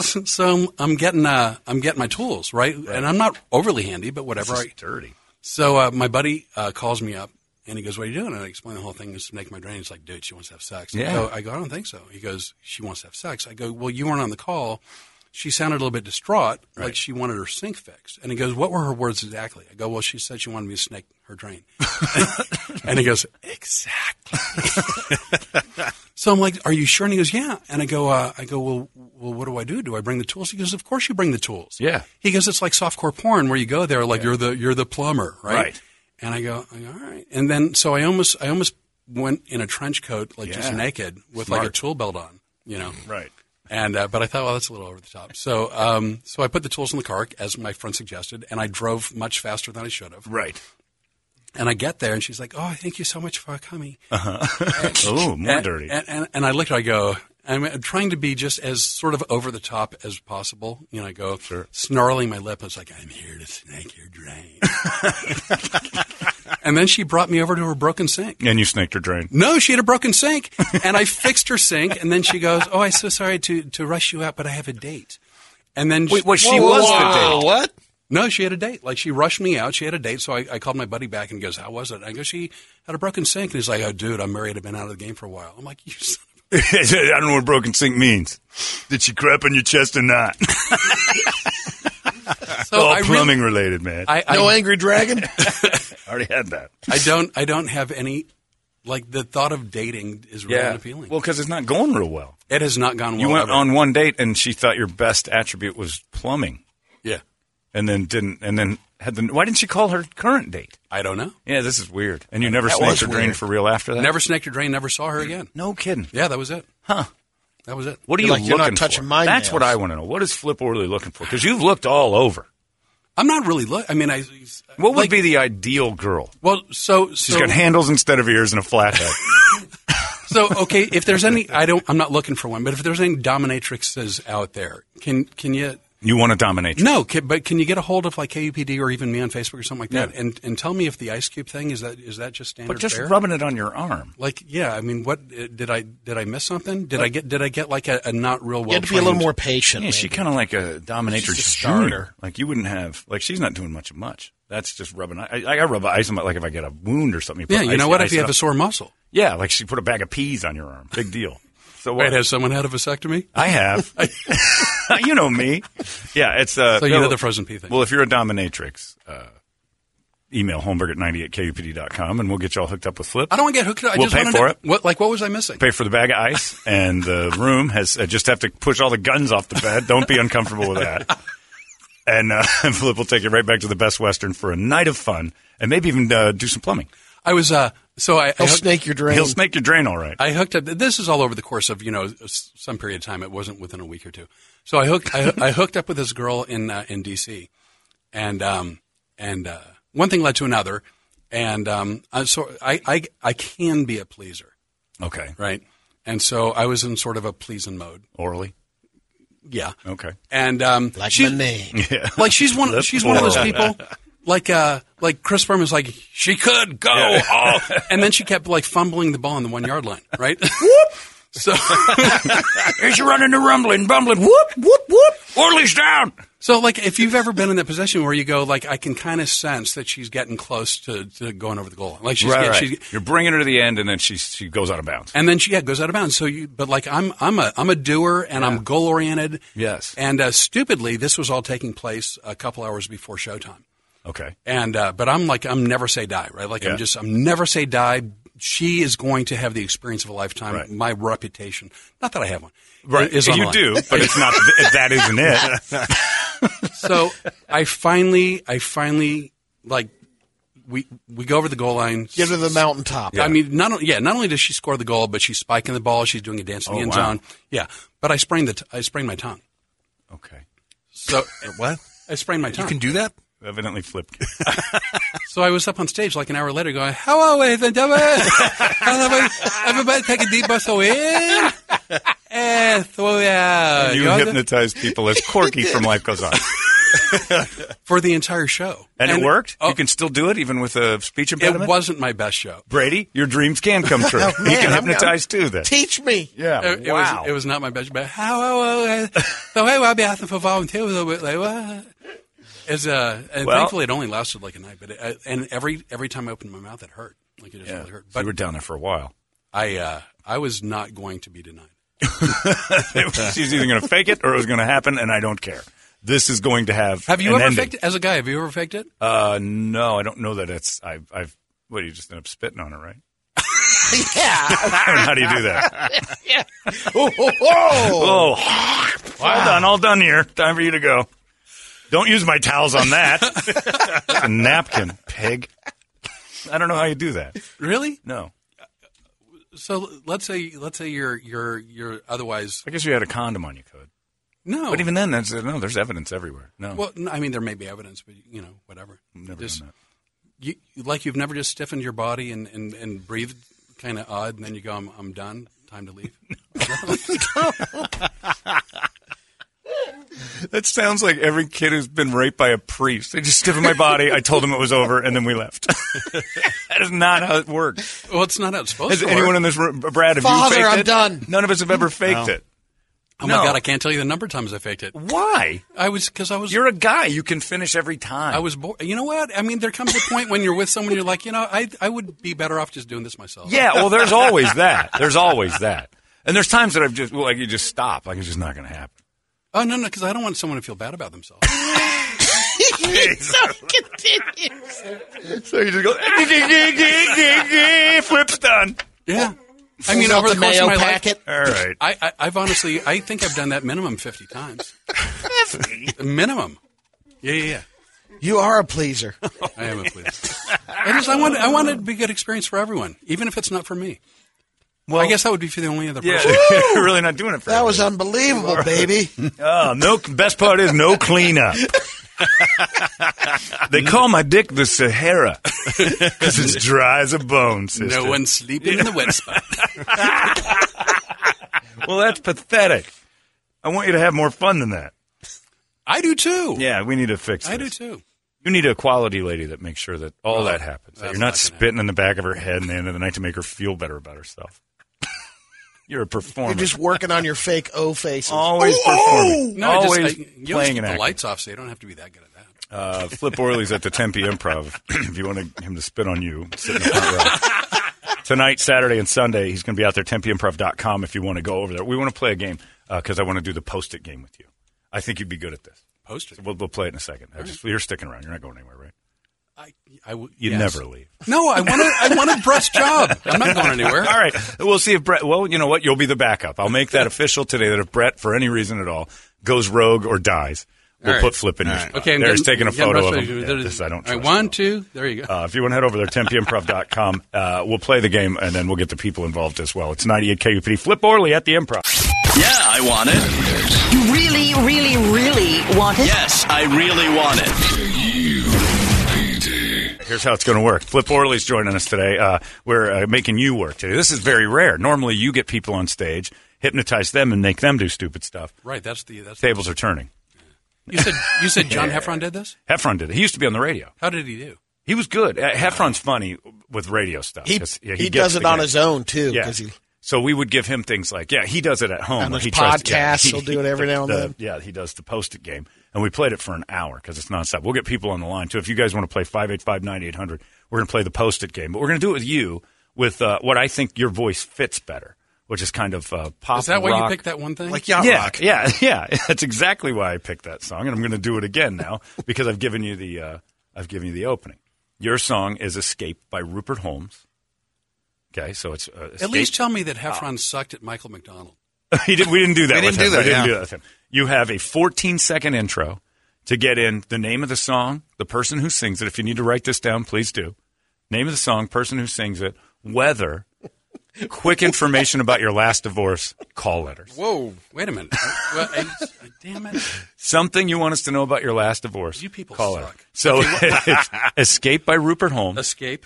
so I'm, I'm getting uh, I'm getting my tools right? and I'm not overly handy, but whatever. I,
dirty.
so uh, my buddy uh, calls me up and he goes, "What are you doing?" And I explain the whole thing. Just make my drain. He's like, "Dude, she wants to have sex." I
Yeah.
go- I go, "I don't think so." He goes, "She wants to have sex." I go, "Well, you weren't on the call." She sounded a little bit distraught, like she wanted her sink fixed. And he goes, "What were her words exactly?" I go, "Well, she said she wanted me to snake her drain." and he goes, "Exactly." so I'm like, "Are you sure?" And he goes, "Yeah." And I go, uh, "I go, well, well, what do I do? Do I bring the tools?" He goes, "Of course you bring the tools."
Yeah.
He goes, "It's like softcore porn where you go there, like you're the you're the plumber, right?"
Right.
And I go, I go, all right. And then so I almost I almost went in a trench coat, like just
Yeah.
naked, with like a
Smart.
tool belt on, you know.
Right.
And uh, but I thought, well, that's a little over the top. So um, so I put the tools in the car as my friend suggested, and I drove much faster than I should have.
Right.
And I get there, and she's like, "Oh, thank you so much for coming."
Oh, more
and,
dirty.
And, and, and I looked, I go, I'm trying to be just as sort of over the top as possible. You know, I go, snarling my lip. I was like, I'm here to snake your drain. and then she brought me over to her broken sink.
And you snaked her drain.
No, she had a broken sink, and I fixed her sink. And then she goes, "Oh, I'm so sorry to, to rush you out, but I have a date." And then
Wait, well, she was the date.
What?
no, she had a date. Like she rushed me out. She had a date. So I, I called my buddy back and he goes, "How was it?" And I go, "She had a broken sink." And he's like, "Oh, dude, I'm married. I've been out of the game for a while." I'm like, "You son of
I don't know what broken sink means. Did she crap on your chest or not?
a-" so
all
Oh, I really-
plumbing related, man. I
I, I,
No angry dragon.
already had that.
I don't. I don't have any. Like the thought of dating is really unappealing.
Well, because it's not going real well.
it has not gone well.
you went
ever.
on one date and she thought your best attribute was plumbing,
yeah.
and then didn't, and then had the. Why didn't she call her current date?
I don't know.
Yeah, this is weird. And you never
That
snaked
was
her drain
weird.
for real after that.
Never snaked her drain. Never saw her again.
No kidding.
Yeah, that was it.
Huh.
That was it.
What are
You're
you
like,
looking
you're not touching
for?
my
That's what
nails.
I want to know. What is Flip Orley looking for? Because you've looked all over.
I'm not really look. I mean, I.
What would
like-
be the ideal girl?
Well, so so,
She's got handles instead of ears and a flat head.
so okay. If there's any, I don't. I'm not looking for one. But if there's any dominatrixes out there, can can you?
you want to dominate?
No, can, but can you get a hold of like KUPD or even me on Facebook or something like that,
Yeah.
and and tell me if the ice cube thing is that is that just standard
but just
fare?
rubbing it on your arm.
like, yeah, I mean, what uh, did I did I miss something? Did I get did I get like a, a not real well?
You had to be a little more patient.
Yeah, she
maybe.
kind of like a dominatrix
She's a
junior.
starter.
Like you wouldn't have. Like she's not doing much of much. That's just rubbing. I, I, I rub ice on my like if I get a wound or something.
Yeah,
put
you
ice-
know what? If
ice
you
it
have a
up.
sore muscle,
yeah, like she put a bag of peas on your arm. Big deal. So what?
wait, has someone had a vasectomy?
I have. you know me. Yeah, it's uh,
So you
no,
know the frozen pea thing.
Well, if you're a dominatrix, uh, email Holmberg at 98kupd.com and we'll get you all hooked up with Flip.
I don't want to get hooked. up. I
We'll
just
pay
wanna
for
know-
it.
What like what was I missing?
Pay for the bag of ice and the room has uh, just have to push all the guns off the bed. Don't be uncomfortable with that. And uh, Flip will take you right back to the Best Western for a night of fun and maybe even uh, do some plumbing.
I was uh, So I,
He'll
I hooked-
snake your drain. He'll
snake your drain, all right.
I hooked up. This is all over the course of you know s- some period of time. It wasn't within a week or two. So I hooked. I, I hooked up with this girl in uh, in DC, and um and uh, one thing led to another, and um I, so I, I I can be a pleaser,
Okay.
right? And so I was in sort of a pleasing mode
orally.
Yeah.
Okay.
And um,
Like
she-
my name.
Yeah.
Like she's one.
That's
She's one of those
horrible.
people. Like uh, like Chris Berman was like she could go,
Yeah.
oh, and then she kept like fumbling the ball on the one yard line, right? so
Here's you running to rumbling, bumbling, whoop, whoop, whoop. Orly's down.
So like if you've ever been in that position where you go like I can kind of sense that she's getting close to, to going over the goal, line. like she's,
right,
yeah,
right.
she's
You're bringing her to the end, and then she she goes out of bounds.
and then she yeah goes out of bounds. So you but like I'm I'm a I'm a doer and I'm goal oriented.
Yes.
And uh, stupidly, this was all taking place a couple hours before showtime.
Okay.
And uh, but I'm like I'm never say die, right? Like
Yeah.
I'm just I'm never say die. She is going to have the experience of a lifetime.
Right.
My reputation, not that I have one,
Right.
Is on the
you
line.
do, but it's not. that isn't it.
so I finally, I finally like we we go over the goal line.
Get to the mountaintop.
I mean, not o- yeah. Not only does she score the goal, but she's spiking the ball. She's doing a dance in
Oh,
the end
wow.
zone. Yeah, but I sprained the t- I sprained my tongue.
Okay.
So
What?
I sprained my tongue.
You can do that?
Evidently flipped.
so I was up on stage like an hour later, going, "Hello, everybody, Hello, everybody, take a deep breath in and throw out."
you
You're the-
hypnotize people as Corky from Life Goes On,
for the entire show,
and, it worked.
oh,
you can still do it even with a speech impediment.
it wasn't my best show.
Brady, your dreams can come true.
Oh,
you
man,
can
I'm-
hypnotize too. Then.
Teach me.
yeah.
It, it
wow.
was, it was not my best, but how uh, the way I'll be asking for volunteers a bit like what? Is uh, and
Well-
thankfully it only lasted like a night, but it, uh, and every every time I opened my mouth, it hurt. Like it just really hurt.
you
But
were down there for a while.
I uh, I was not going to be denied.
It was- She's either going to fake it or it was going to happen, and I don't care. This is going to have.
Have you
an
ever
ending.
faked it? As a guy, have you ever faked it?
Uh, no, I don't know that it's. I've. I've what you just end up spitting on her, right?
yeah.
Or how do you do that?
Oh, oh, oh.
Oh, all done, all done here. Time for you to go. Don't use my towels on that. a napkin, pig. I don't know how you do that.
Really?
No,
So let's say let's say you're you're you're otherwise
I guess you had a condom on. You could,
no.
but even then, that's no. There's evidence everywhere. No,
well, n- I mean there may be evidence, but you know whatever.
never
just,
done
You, like you've never just stiffened your body and and, and breathed kind of odd, and then you go, I'm, I'm done. Time to leave.
that. That sounds like every kid who's been raped by a priest. They just stiffened my body. I told them it was over, and then we left. that is not how it works.
Well, it's not how it's supposed
Has
to
anyone
work.
in this room, Brad? Have
Father,
you faked
I'm
it?
done.
None of us have ever faked it.
oh
No.
my god, I can't tell you the number of times I faked it.
Why?
I was because I was
You're a guy. You can finish every time.
I was bored. You know what? I mean, there comes a point when you're with someone, you're like, you know, I I would be better off just doing this myself.
Yeah. Well, there's always that. There's always that. And there's times that I've just well, like you just stop. Like it's just not going to happen.
Oh no, no, because I don't want someone to feel bad about themselves.
so continues.
So you just go flips done.
yeah. I mean,
Pulls out
over the,
the
course
mayo
of my
packet.
life,
All right.
I, I, I've honestly, I think I've done that minimum fifty times. minimum. Yeah, yeah,
You are a pleaser.
Oh,
yeah. I am a please. I just, I want, I want it to be a good experience for everyone, even if it's not for me. Well, I guess that would be for the only other
Yeah.
person.
You're really not doing it for
That was
everybody.
unbelievable, baby.
Oh, no. Best part is no cleanup. they call my dick the Sahara because it's dry as a bone. Sister.
No one's sleeping in the wet spot.
Well, that's pathetic. I want you to have more fun than that.
I do too.
Yeah, we need to fix.
I do
this.
too.
You need a quality lady that makes sure that all that happens. That
that's
you're not,
not gonna
spitting in the back of her head in the end of the night to make her feel better about herself. you're a performer.
You're just working on your fake O faces.
always performing.
Oh! No,
always
just, I, you always
playing
keep
an
the
actor.
lights off, so you don't have to be that good at that.
Uh, Flip Orley's at the Tempe Improv. if you want him to spit on you, sit in the front row. Tonight, Saturday, and Sunday, he's going to be out there, tempeimprov.com if you want to go over there. We want to play a game because I want to do the post it game with you. I think you'd be good at this.
Post it.
We'll, we'll play it in a second. I just, You're sticking around. You're not going anywhere, right?
I, I w-
You
yes.
never leave.
No, I want a, I want a breast job. I'm not going anywhere.
All right. We'll see if Brett. Well, you know what? You'll be the backup. I'll make that official today that if Brett, for any reason at all, goes rogue or dies, We'll
All right.
put flip in
All
here.
right. Okay, I'm
There's
getting-
taking a
yeah, I'm
photo of
not
him.
sure-
Yeah,
there-
this I don't
all right,
trust.
one, two, there you go.
Uh, if you want to head over there, tempeimprov.com, uh, we'll play the game and then we'll get the people involved as well. It's 98 KUPD. Flip Orley at the Improv.
Yeah, I want it.
You really, really, really want it?
Yes, I really want it.
Here's how it's going to work. Flip Orley's joining us today. Uh, we're uh, making you work today. This is very rare. Normally, you get people on stage, hypnotize them, and make them do stupid stuff.
Right, that's the that's the,
Tables are turning.
You said you said John Heffron did this?
Heffron did it. He used to be on the radio.
How did he do?
He was good. Uh, Heffron's funny with radio stuff.
He,
'cause, yeah,
he,
gets
does
the
it on
game.
his own too.
Yeah.
'cause he-
So we would give him things like, yeah, he does it at home.
And
or
his
he tries to- yeah,
podcasts, he'll do it every now and
the-
then.
Yeah, he does the post-it game. And we played it for an hour because it's nonstop. We'll get people on the line, too. If you guys want to play 585-9800, we're going to play the post-it game. But we're going to do it with you with uh, what I think your voice fits better, which is kind of uh, pop
Is that why you
rock.
picked that one thing?
Like yacht
yeah,
rock.
Yeah, yeah. That's exactly why I picked that song, and I'm going to do it again now because I've given you the uh, I've given you the opening. Your song is "Escape" by Rupert Holmes. Okay, so it's uh,
At
Escape-
least tell me that Heffron sucked at Michael McDonald.
he did, we didn't do that.
We
with him.
didn't do that,
We didn't
yeah.
do that with him. You have a 14 second intro to get in the name of the song, the person who sings it. If you need to write this down, please do. Name of the song, person who sings it, weather, quick information about your last divorce, call letters.
Whoa, wait a minute. I- well, I- damn it.
Something you want us to know about your last divorce. You people call
suck.
It. So
Okay, what-
it's Escape by Rupert Holmes.
Escape.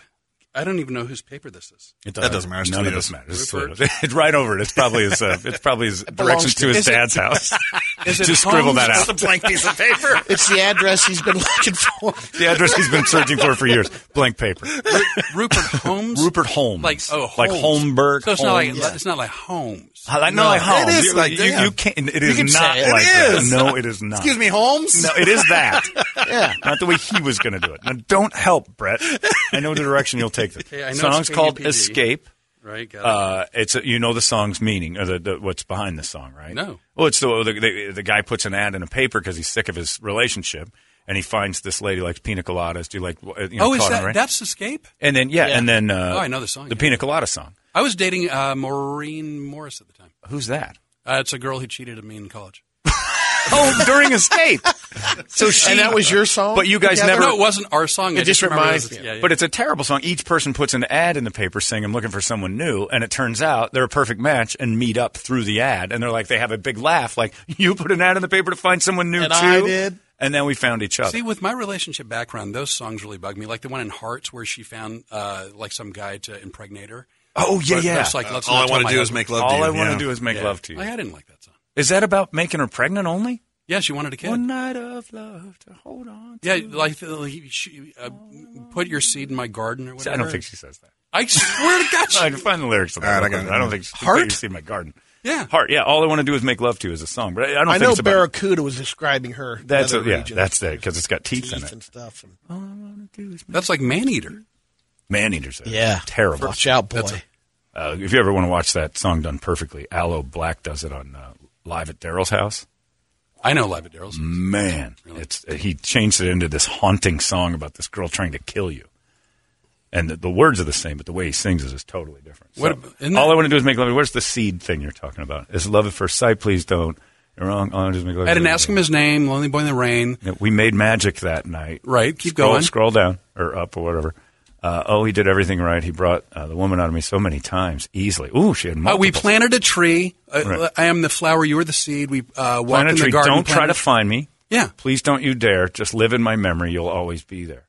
I don't even know whose paper this is.
That doesn't matter. It's
None of
Toledo's.
this matters. It's,
Rupert.
Toledo's. It's right over it. It's probably his. Uh, it's probably his directions
belongs
to his
to-
dad's
Is it-
house.
is it
Just scribble that
Holmes?
out.
It's a blank piece of paper. it's the address he's been looking for.
the address he's been searching for for years. Blank paper.
Rupert Holmes.
Rupert Holmes.
Like oh, Holmes.
Like Holmberg.
So it's not like
Holmes.
it's not like Holmes.
I like- no, like Holmes. you, you, you can't. It is not like that. No, it is not.
Excuse me, Holmes?
No, it is that.
Yeah.
Not the way he was going to do it. Now, don't help, Brett. I know the direction you'll take this.
Okay, I know
song's
it's
called
KUPD.
Escape.
Right, got it.
Uh, it's a, you know the song's meaning or the, the what's behind the song, right?
No.
Well, it's the the, the, the guy puts an ad in a paper because he's sick of his relationship, and he finds this lady likes pina coladas. Do you like? You know,
oh, is
caught him,
that
right?
that's Escape?
And then yeah, and then uh,
Oh, I know the song,
the
yeah.
pina colada song.
I was dating uh, Maureen Morris at the time.
Who's that?
Uh, it's a girl who cheated on me in college.
oh, during Escape. So she
and that was your song.
But you guys
Yeah,
never.
No, it wasn't our song.
It
I
just
remember
reminds
it was-
me.
yeah, yeah.
But it's a terrible song. Each person puts an ad in the paper saying, I'm looking for someone new. And it turns out they're a perfect match and meet up through the ad. And they're like, they have a big laugh. Like, you put an ad in the paper to find someone new,
And
too?
I did.
And then we found each other.
See, with my relationship background, those songs really bug me. Like the one in Hearts, where she found uh, like some guy to impregnate her.
oh, yeah,
But
yeah.
that's like, let's
all
not
I
tell
wanna
my
do is
husband.
make love
All
to you.
I want
yeah.
to do is make
Yeah.
love to you.
Like, I didn't like that song.
Is that about making her pregnant only?
Yeah, she wanted a kid.
One night of love to hold on to.
yeah, like, uh, like she, uh, put your seed in my garden or
See,
whatever.
I don't think she says that.
I swear to God, she-
I can find the lyrics of that.
All right, I
I,
got it.
don't think she-
Heart?
You see my garden.
Yeah.
Heart. Yeah. All I want to do is make love to you is a song, but I, I don't
I
think
know
it's about.
Barracuda was describing her.
that's a,
another
yeah.
region.
That's it because it's got teeth, in
teeth
it.
and stuff. And,
that's like man eater.
Man eaters.
yeah,
Terrible.
Watch out, boy.
That's a-
Uh, if you ever want to watch that song done perfectly, Aloe Black does it on uh, Live at Daryl's house.
I know Live at Daryl's.
Mm. Man, it's uh, he changed it into this haunting song about this girl trying to kill you. And the, the words are the same, but the way he sings it is totally different. So,
What ab- isn't that-
all I want to do is make love. Where's the seed thing you're talking about? Is love at first sight? Please don't. You're wrong. All I want to do is make love.
I didn't ask him his name. Lonely Boy in the Rain.
Yeah, We made magic that night.
Right, keep
Scroll-
going.
Scroll down or up or whatever. Uh, oh, he did everything right. He brought uh, the woman out of me so many times easily. Ooh, she had
Uh,
multiple.
we planted a tree. Uh,
Right.
I am the flower. You are the seed. We uh, walked
Planet
in the
Tree,
garden.
Don't try to
planted-
find me.
yeah.
Please don't you dare. Just live in my memory. You'll always be there.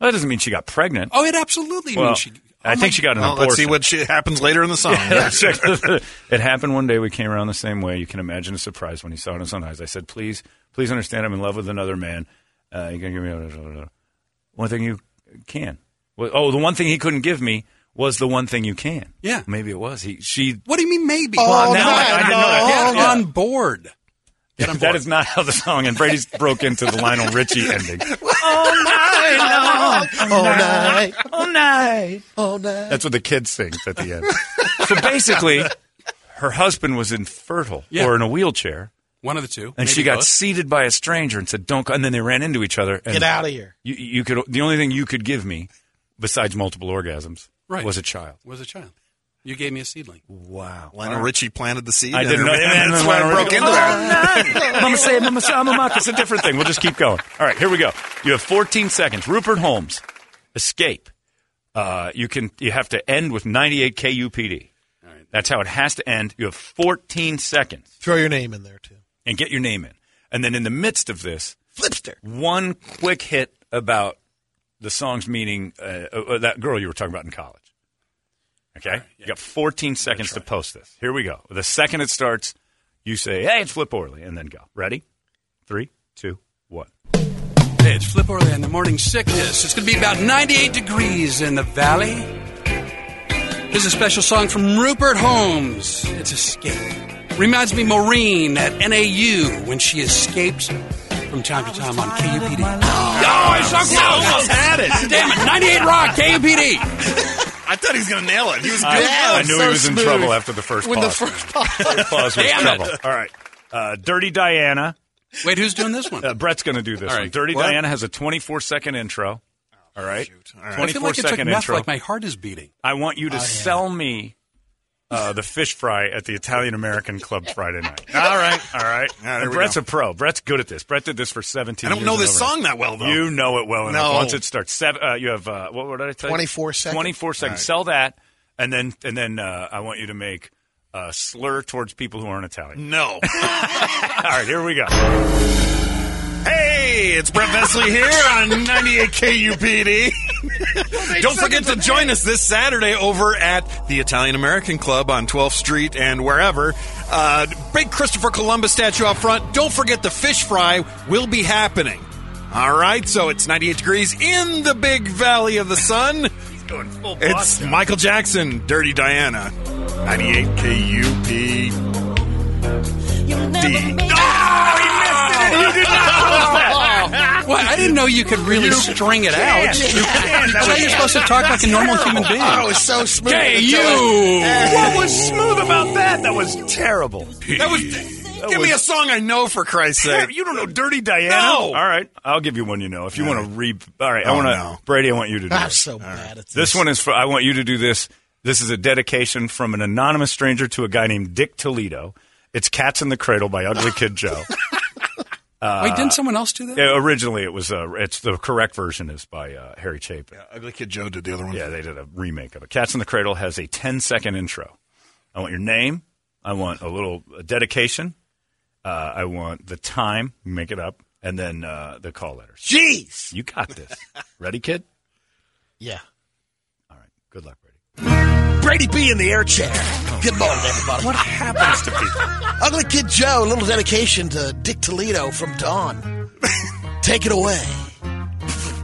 Well, that doesn't mean she got pregnant.
Oh, it absolutely
Well,
means she. Oh,
I think she got an
Well,
abortion.
let's see what shit happens later in the song. Yeah.
it happened one day. We came around the same way. You can imagine the surprise when he saw it in his own eyes. I said, "Please, please understand. I'm in love with another man. Uh, you can give me one thing you can. Well, oh, the one thing he couldn't give me was the one thing you can.
Yeah.
maybe it was. He, she.
What do you mean? Maybe.
Well, now I- I didn't know that.
Get
Yeah.
on board. Get on
That
board.
is not how the song. And Brady's broke into the Lionel Richie ending.
Oh,
all night,
Oh no.
all night.
That's what the kid sings at the end. so basically, her husband was infertile
Yeah.
or in a wheelchair,
One of the two.
and
Maybe
she got
both.
seated by a stranger and said, "Don't." go-" And then they ran into each other. And
Get out of here.
You, you could. The only thing you could give me, besides multiple orgasms,
Right.
was a child.
Was a child. You gave me a seedling.
Wow.
Lionel Richie planted the seed.
I
and
didn't know.
everything. That's why I broke into that.
Mama say, Mama say, Mama Mata. It's a different thing. We'll just keep going. All right, here we go. You have 14 seconds. Rupert Holmes, escape. Uh, you can. You have to end with 98 KUPD. That's how it has to end. You have 14 seconds
Throw your name in there too.
and get your name in. And then in the midst of this, flipster, one quick hit about the song's meaning. Uh, uh, that girl you were talking about in college. Okay, you got 14 seconds to post this. Here we go. The second it starts, you say, "Hey, it's Flip Orley," and then go. Ready? Three, two, one.
Hey, it's Flip Orley and the Morning Sickness. It's going to be about 98 degrees in the valley. This is a special song from Rupert Holmes. It's Escape. Reminds me Maureen at NAU when she escapes from time to time on KUPD. Oh, I so close!
almost had it.
Damn it, 98 Rock, KUPD!
I thought he was going to nail it. He was good.
I, I knew he was in trouble after the first
When the
pause.
first
First pause was
Damn it.
trouble. All right. Uh, Dirty Diana.
Wait, who's doing this one?
Uh, Brett's going to do this
All right.
one. Dirty
What?
Diana has a 24 second intro.
Oh,
All right.
I feel
24
like it took
second
meth,
intro.
like my Oh, heart is beating.
I want you to sell me uh, the fish fry at the Italian American Club Friday night. All right. All right.
Ah, there
And
we
Brett's
go.
a pro. Brett's good at this. Brett did this for 17
I don't
years
know
and
this
over.
song that well, though.
You know it well enough.
No.
Once it starts, seven, uh, you have, uh, what, what did I tell you?
24 seconds.
24 seconds.
All right.
Sell that. And then, and then uh, I want you to make a slur towards people who aren't Italian.
No.
All right, here we go.
Hey, it's Brett Vesley here on 98 KUPD. Don't forget to join us this Saturday over at the Italian American Club on 12th Street and wherever. Uh, big Christopher Columbus statue out front. Don't forget the fish fry will be happening. All right, so it's 98 degrees in the big valley of the sun. It's Michael Jackson, Dirty Diana, 98 KUPD.
Well, I didn't know you could really string it out.
can't.
You
That
thought
was-
you're supposed to talk like a normal human being.
Oh, it was so smooth.
Hey,
until
you!
What was smooth about that? That was terrible.
That was, give me a song I know for Christ's sake.
You don't know Dirty Diana?
No.
All right, I'll give you one you know. If you want to re, all right, I
Oh,
want to.
no.
Brady, I want you to do
I'm
this.
Ah, so bad at this.
This one is for. I want you to do this. This is a dedication from an anonymous stranger to a guy named Dick Toledo. It's "Cats in the Cradle" by Ugly Kid Joe.
Wait, didn't someone else do that?
Yeah, originally, it was. Uh, it's the correct version is by uh, Harry Chapin.
Ugly Kid Joe did the other one.
Yeah, they did a remake of it. Cats in the Cradle has a 10 second intro. I want your name. I want a little dedication. Uh, I want the time. Make it up. And then uh, the call letters.
Jeez.
You got this. Ready, kid?
Yeah.
All right. Good luck, Brady.
Brady B in the air chair. Good morning, everybody.
What happens to people?
Ugly Kid Joe, a little dedication to Dick Toledo from Dawn. Take it away.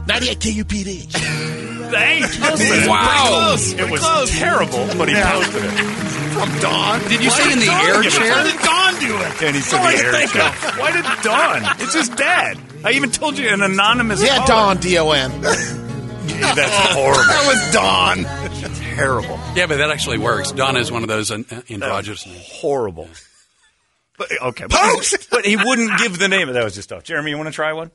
98 KUPD.
Thank
Wow. close,
It
pretty
was
close.
terrible, but he
Yeah.
posted it.
From Dawn.
Did you
Why
say
did
in the
Dawn
air
give it?
chair?
Why did Dawn do it?
And he said
All I
the air
think
show. Why did Don? It's his dad. I even told you an anonymous.
Yeah,
caller.
Dawn, D-O-N.
That's horrible.
That was Dawn.
terrible.
Yeah, but that actually works. Donna is one of those an- uh, androgynous names.
horrible. But, okay, but- but he wouldn't give the name. That was just off. Jeremy, you want to try one?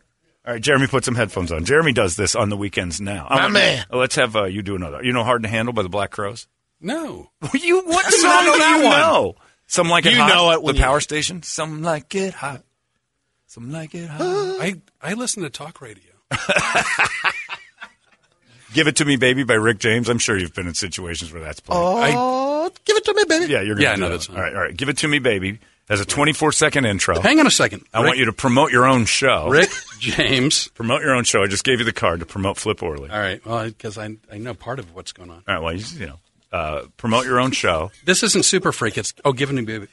All right, Jeremy, put some headphones on. Jeremy does this on the weekends now. I
My
want-
man.
Oh, Let's have uh, you do another. You know, hard to handle by the Black Crows.
No.
you what
song do you
Know? Some like it
You
hot.
know it when
the
you-
Power Station. Some like it hot. Some like it hot.
I, I listen to talk radio.
Give it to me, baby, by Rick James. I'm sure you've been in situations where that's played. Oh.
Oh, give it to me, baby.
Yeah, you're gonna
Yeah, I
do
know
that
that
one.
song.
All right, all right. Give it to me, baby. Has a 24 second intro.
Hang on a second.
I want you to promote your own show.
Rick James.
Promote your own show. I just gave you the card to promote Flip Orley. All
All right. Well, because I, I know part of what's going on.
right, well, you, just, you know, uh, promote your own show.
This isn't Super Freak. It's Oh, Given to Baby.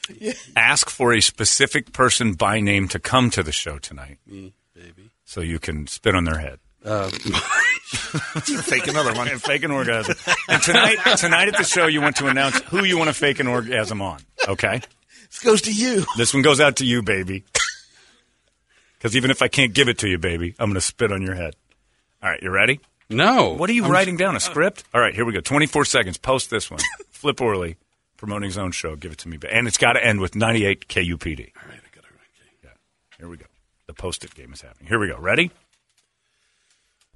Ask for a specific person by name to come to the show tonight
Me, baby.
so you can spit on their head.
Uh,
Fake another one.
And fake an orgasm. And tonight, tonight at the show, you want to announce who you want to fake an orgasm on, okay?
This goes to you.
This one goes out to you, baby. Because even if I can't give it to you, baby, I'm going to spit on your head. All right, you ready?
no.
What are you
I'm-
writing down? A script? All right, here we go. 24 seconds. Post this one. Flip Orley, promoting his own show. Give it to me. And it's got to end with 98 KUPD.
All right, I got it right.
Yeah. Here we go. The post it game is happening. Here we go. Ready?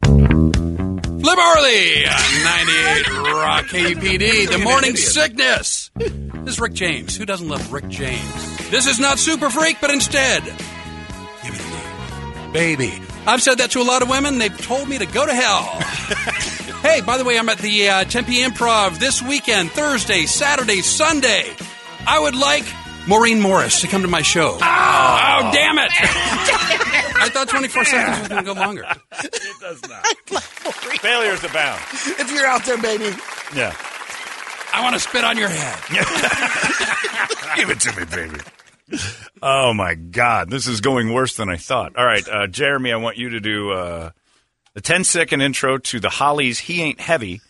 Flip Orley on 98 Rock KPD, The Morning Sickness. This is Rick James. Who doesn't love Rick James? This is not Super Freak, but instead, give it a name. Baby. I've said that to a lot of women. They've told me to go to hell. hey, by the way, I'm at the uh, Tempe Improv this weekend, Thursday, Saturday, Sunday. I would like Maureen Morris to come to my show. oh damn it! I thought 24 seconds was going to go longer.
It does not. Failures abound.
If you're out there, baby.
Yeah.
I want to spit on your head.
Give it to me, baby. Oh my God, this is going worse than I thought. All right, uh, Jeremy, I want you to do uh, the 10 second intro to the Hollies. He ain't heavy,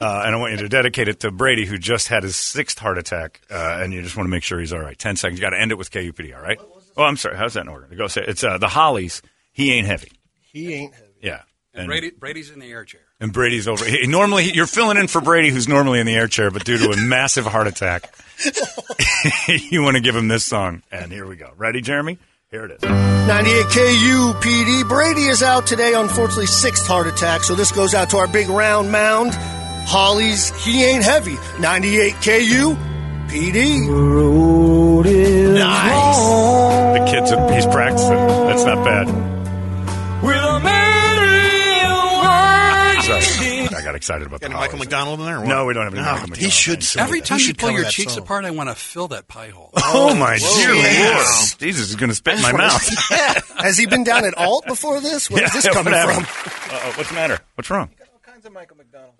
uh, and I want you to dedicate it to Brady, who just had his sixth heart attack, uh, and you just want to make sure he's all right. 10 seconds. You got to end it with KUPD. All right. Oh, I'm sorry. How's that in order? Go say it. it's uh, the Hollies. He ain't heavy.
He ain't.
Yeah.
And Brady, Brady's in the air chair.
And Brady's over. He, normally, he- you're filling in for Brady, who's normally in the air chair, but due to a massive heart attack, you want to give him this song. And here we go. Ready, Jeremy? Here it is.
98 KUPD. Brady is out today, unfortunately, sixth heart attack. So this goes out to our big round mound. Holly's He Ain't Heavy. 98 KUPD. Nice.
The kid's he's practicing. That's not bad. Sorry. I got excited about that.
Got any Michael McDonald in there? or what?
No, we don't have any Michael McDonald.
Every time you pull your cheeks apart, I want to fill that pie hole.
Oh, my dear
yes.
Lord. Jesus is going to spit in my
That's what
mouth.
Has he been down at Alt before this? Where's this coming from?
Uh, what's the matter? What's wrong?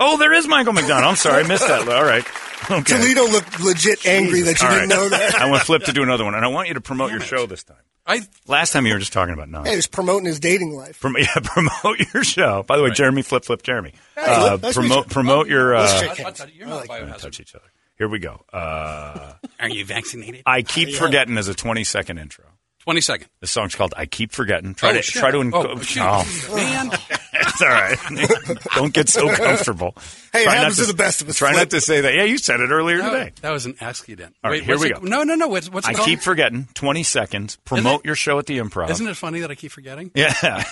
Oh, there is Michael McDonald. I'm sorry, I missed that. All right. Okay.
Toledo looked legit angry that you
All
didn't
right.
know that.
I want Flip to do another one, and I want you to promote your show this time.
I
Last time you were just talking about nonsense.
Hey, he was promoting his dating life.
Prom- yeah, promote your show. By the way, Jeremy, flip, flip, Jeremy. Uh,
Flip, nice to meet
promote,
you.
promote your.
Let's
Uh,
shake hands.
touch each other. Here we go. Uh,
Are you vaccinated?
I keep forgetting as a 20 second intro.
20 second.
The song's called "I Keep Forgetting." Try
Oh,
to
shit.
try to. Inc-
Oh, shoot. Man.
it's all right. Don't get so comfortable.
Hey, it
Try not
happens to the best of us.
Try
Flip.
not to say that. Yeah, you said it earlier
That-
today.
That was an accident.
All right,
Wait,
here
what's
we
it-
go.
No, no, no. What's, what's
I
it called?
keep forgetting. 20 seconds. Promote your show at the improv.
Isn't it funny that I keep forgetting?
Yeah.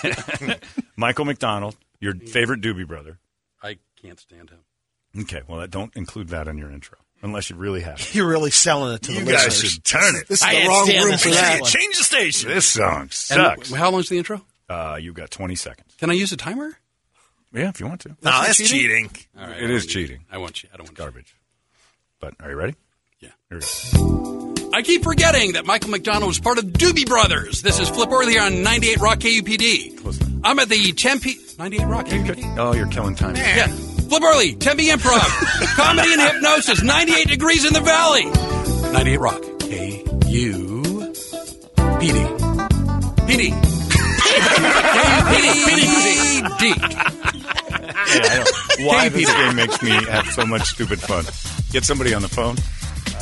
Michael McDonald, your favorite Doobie Brother.
I can't stand him.
Okay, well, that- don't include that in your intro unless you really have. to.
You're really selling it to
You
the
guys
listeners.
should turn it.
This is
I
the
ain't
wrong
standing
room for
for
that.
shit.
one.
Change the station. This song
And
sucks.
w- how long's the intro?
Uh, you've got 20 seconds.
Can I use a timer?
Yeah, if you want to. No,
not
that's cheating.
All
it
right, I
is
won't use
cheating,
I want you. I don't want
garbage. But are you ready?
Yeah.
Here we go.
you. I keep forgetting that Michael McDonald was part of Doobie Brothers. This is Flip Orley on 98 Rock KUPD. I'm at the Tempe 98 Rock KUPD.
Oh, you're killing time.
Yeah. Flip Early, Tempe Improv, Comedy and Hypnosis, 98 Degrees in the Valley. 98 Rock, K U P D. P D. K P D.
Yeah, I don't- why
Hey,
this
Peter.
game makes me have so much stupid fun. Get somebody on the phone.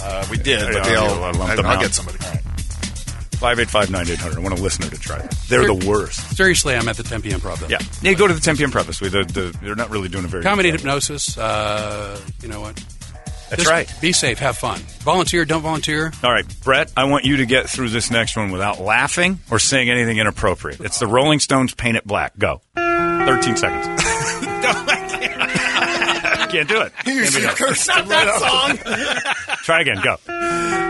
Uh, we did,
Yeah,
but they
I'll-
all.
I'll lump them
I'll
out.
get somebody.
Five eight five nine eight hundred. I want a listener to try that. They're the worst.
Seriously, I'm at the Tempe Improv. Though.
Yeah, yeah. Go to the Tempe Improv. this way. The- the- they're not really doing a very
Comedy and
Good job.
Hypnosis, uh, you know what?
That's
Just
right.
Be safe, have fun. Volunteer, don't volunteer.
All right, Brett. I want you to get through this next one without laughing or saying anything inappropriate. It's the Rolling Stones "Paint It Black." Go. Thirteen seconds. Can't do it.
Here's
Here we
your
go.
curse.
Not that Try again. Go.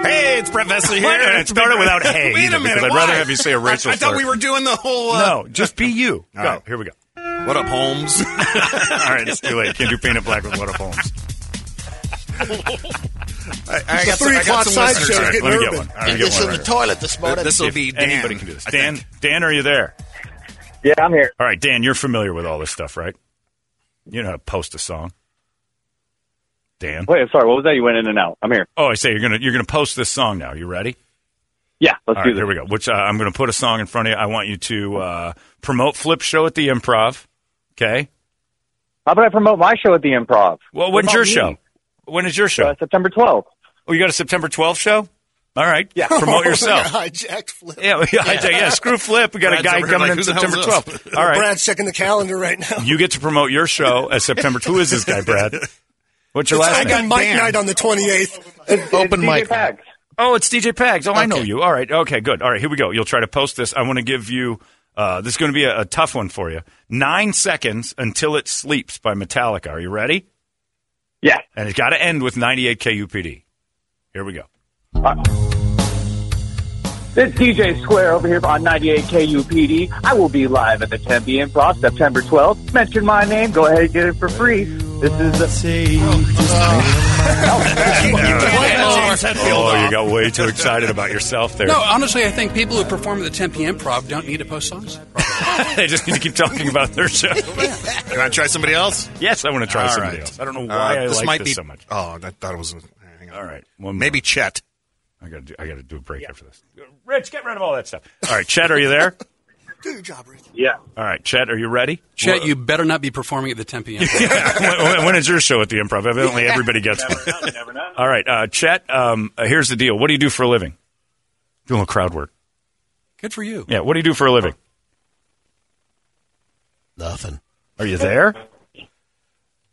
Hey, it's Brett Vesley here.
Why did it start it without hey
Wait
either,
a
because
minute.
I'd
why?
rather have you say a
I-
Rachel
I, thought
slur.
we were doing the whole. Uh,
No, just be you. Go.
All right.
Here we go.
What up, Holmes?
All right, it's too late. Can't do paint it black with what up Holmes.
I,
It's a three o'clock side show.
All right,
Getting
let me get
urban.
one. All right, let me
And
get
this
one
is
right
the
here.
toilet this morning.
This will
If
be Dan.
anybody can do this.
I
Dan,
think.
Dan, are you there?
Yeah, I'm here.
All right, Dan, you're familiar with all this stuff, right? You know how to post a song, Dan.
Wait, I'm sorry. What was that? You went in and out. I'm here.
Oh, I say you're gonna you're gonna post this song now. You ready?
Yeah, let's
all
do
right,
this.
here we go. Which uh, I'm gonna put a song in front of you. I want you to uh, promote Flip Show at the Improv. Okay.
How about I promote my show at the Improv?
Well,
What
when's
about
your
me?
show? When is your show?
Uh, September 12th.
Oh, you got a September 12th show? All right. Yeah. Promote
Oh,
yourself.
Hijacked flip.
Yeah, yeah, I tell- yeah, screw Flip. We got a
Brad's
guy
over here
coming
like,
in
who the hell's
September
this?
12th. All right.
Brad's checking the calendar right now.
You get to promote your show as September. Who is this guy, Brad? What's your last
I got
name?
Mike Knight on the 28th.
Open mic. Pags.
Oh, it's DJ Pags. Oh, I know you. All right. Okay, good. All right, here we go. You'll try to post this. I want to give you Uh, this is going to be a, a tough one for you. Nine seconds until it sleeps by Metallica. Are you ready?
Yeah.
And it's got to end with 98 KUPD. Here we go.
Uh, This DJ Square over here on 98 KUPD. I will be live at the Tempe Improv September 12th. Mention my name. Go ahead and get it for free. This is the.
Oh, you got way too excited about yourself there.
No, honestly, I think people who perform at the Tempe Improv don't need to post songs.
they just need to keep talking about their show. you
want to try somebody else?
Yes, I want to try
All
somebody
right.
else. I don't know why
Uh,
I
this
like
might
this
be-
so much.
Oh, I thought it was. Hang on.
All right,
maybe Chet.
I got to do. I got to do a break after this. Rich, get rid of all that stuff. All right, Chet, are you there?
Do your job, Rick.
Yeah.
All right, Chet, are you ready?
Chet,
Well,
you better not be performing at the Tempe Improv.
when, when- when is your show at the Improv? Evidently, everybody gets one. All right, uh, Chet. Um, uh, here's the deal. What do you do for a living? Do a little crowd work.
Good for you.
Yeah. What do you do for a living?
Nothing.
Are you there?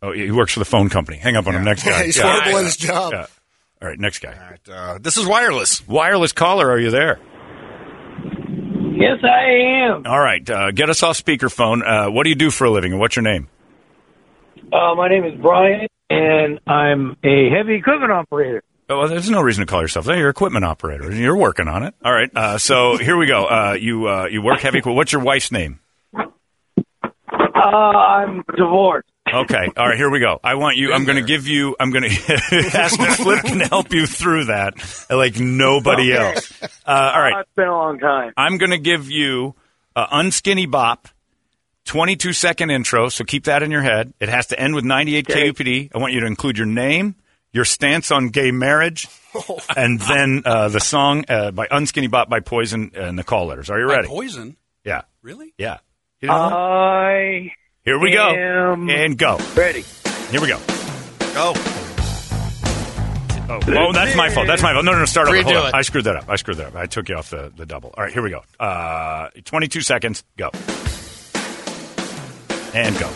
Oh, he works for the phone company. Hang up on him. Next guy.
He's
Yeah.
horrible at his job.
Yeah. All right, next guy.
Uh, this is wireless.
Wireless caller, are you there?
Yes, I am.
All right, uh, get us off speakerphone. Uh, what do you do for a living, and what's your name?
Uh, my name is Brian, and I'm a heavy equipment operator.
Oh, well, there's no reason to call yourself that. You're an equipment operator. You're working on it. All right. Uh, so here we go. Uh, you uh, you work heavy. equi- What's your wife's name?
Uh, I'm divorced.
Okay. All right. Here we go. I want you. I'm going to give you. I'm going to ask if Flip can help you through that, like nobody
Okay.
else. Uh, all right.
It's been a long time.
I'm going to give you uh, unskinny bop, 22 second intro. So keep that in your head. It has to end with 98 KUPD. I want you to include your name, your stance on gay marriage, and then uh, the song uh, by Unskinny Bop by Poison and the call letters. Are you ready?
Poison.
Yeah.
Really?
Yeah. You don't know?
I
Here we go.
am
And go.
ready.
Here we go.
Go.
Oh, oh, that's my fault. That's my fault. No, no, no. Start over.
Redo
Hold on.
it.
I screwed that up. I screwed that up. I took you off the, the double. All right, here we go. Uh, 22 seconds. Go. And go.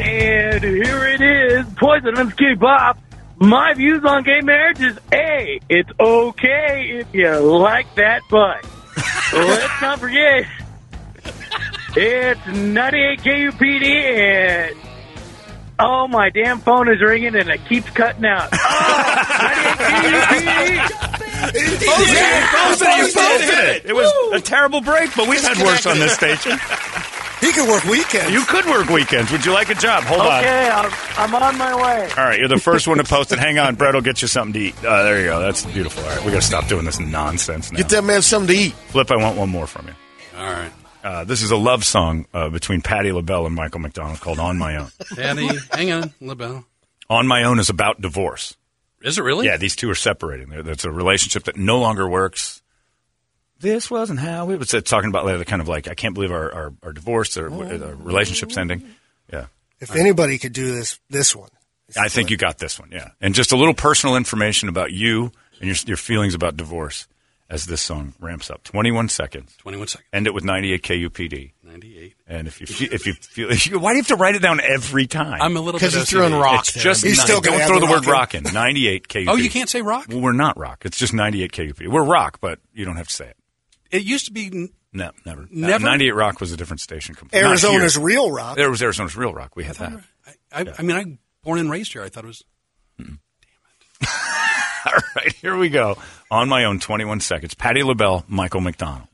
And here it is, Poison MSK Bop. My views on gay marriage is A, it's okay if you like that butt. Let's not forget, it's 98 KUPD and oh, my damn phone is ringing and it keeps cutting out. Oh,
it. It was a terrible break, but we've had worse on this station.
He could work weekends.
You could work weekends. Would you like a job? Hold on.
okay, I'm, I'm on my way.
All right, you're the first one to post it. Hang on, Brett will get you something to eat. Uh, there you go. That's beautiful. All right, we got to stop doing this nonsense now.
Get that man something to eat.
Flip, I want one more from you.
All right.
Uh, this is a love song uh, between Patti LaBelle and Michael McDonald called "On My Own."
Daddy, hang on, LaBelle.
"On My Own" is about divorce.
Is it really?
Yeah, these two are separating. They're- That's a relationship that no longer works. This wasn't how it was. It's talking about like, the kind of like I can't believe our our, our divorce or our relationship's ending. Yeah,
If anybody could do this, this one.
I think you got this one. Yeah, and just a little personal information about you and your your feelings about divorce as this song ramps up. Twenty one seconds.
21 seconds.
End it with ninety eight KUPD.
98.
And if you fe- if you feel if you, why do you have to write it down every time?
I'm a little 'Cause bit he's throwing OCD. rock
It's
there.
just
He's
ni-
still gonna
don't
have
throw
the
the word
rock
rock in. Ninety eight KUPD.
Oh, you can't say rock?
Well, we're not rock. It's just ninety eight KUPD. We're rock, but you don't have to say it.
It used to be.
No, never.
Never?
Ninety eight Rock was a different station. Com- not
Arizona's
here.
real rock.
There was Arizona's real rock. We had that.
I, I mean, I'm born and raised here. I thought it was.
All right, here we go. On my own, 21 seconds. Patty LaBelle, Michael McDonald.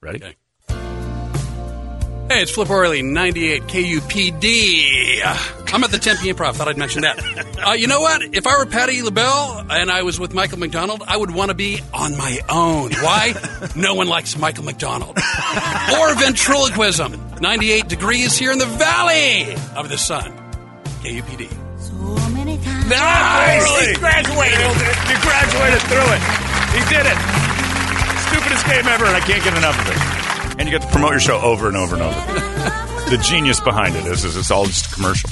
Ready?
Hey, it's Flip O'Reilly, 98 KUPD. Uh, I'm at the Tempe Improv. Thought I'd mention that. Uh, you know what? If I were Patty LaBelle and I was with Michael McDonald, I would want to be on my own. Why? no one likes Michael McDonald. or ventriloquism. 98 degrees here in the valley of the sun. KUPD.
Nice! He graduated. You graduated through it. He did it. Stupidest game ever, and I can't get enough of it. And you get to promote your show over and over and over. the genius behind it is, is it's all just a commercial.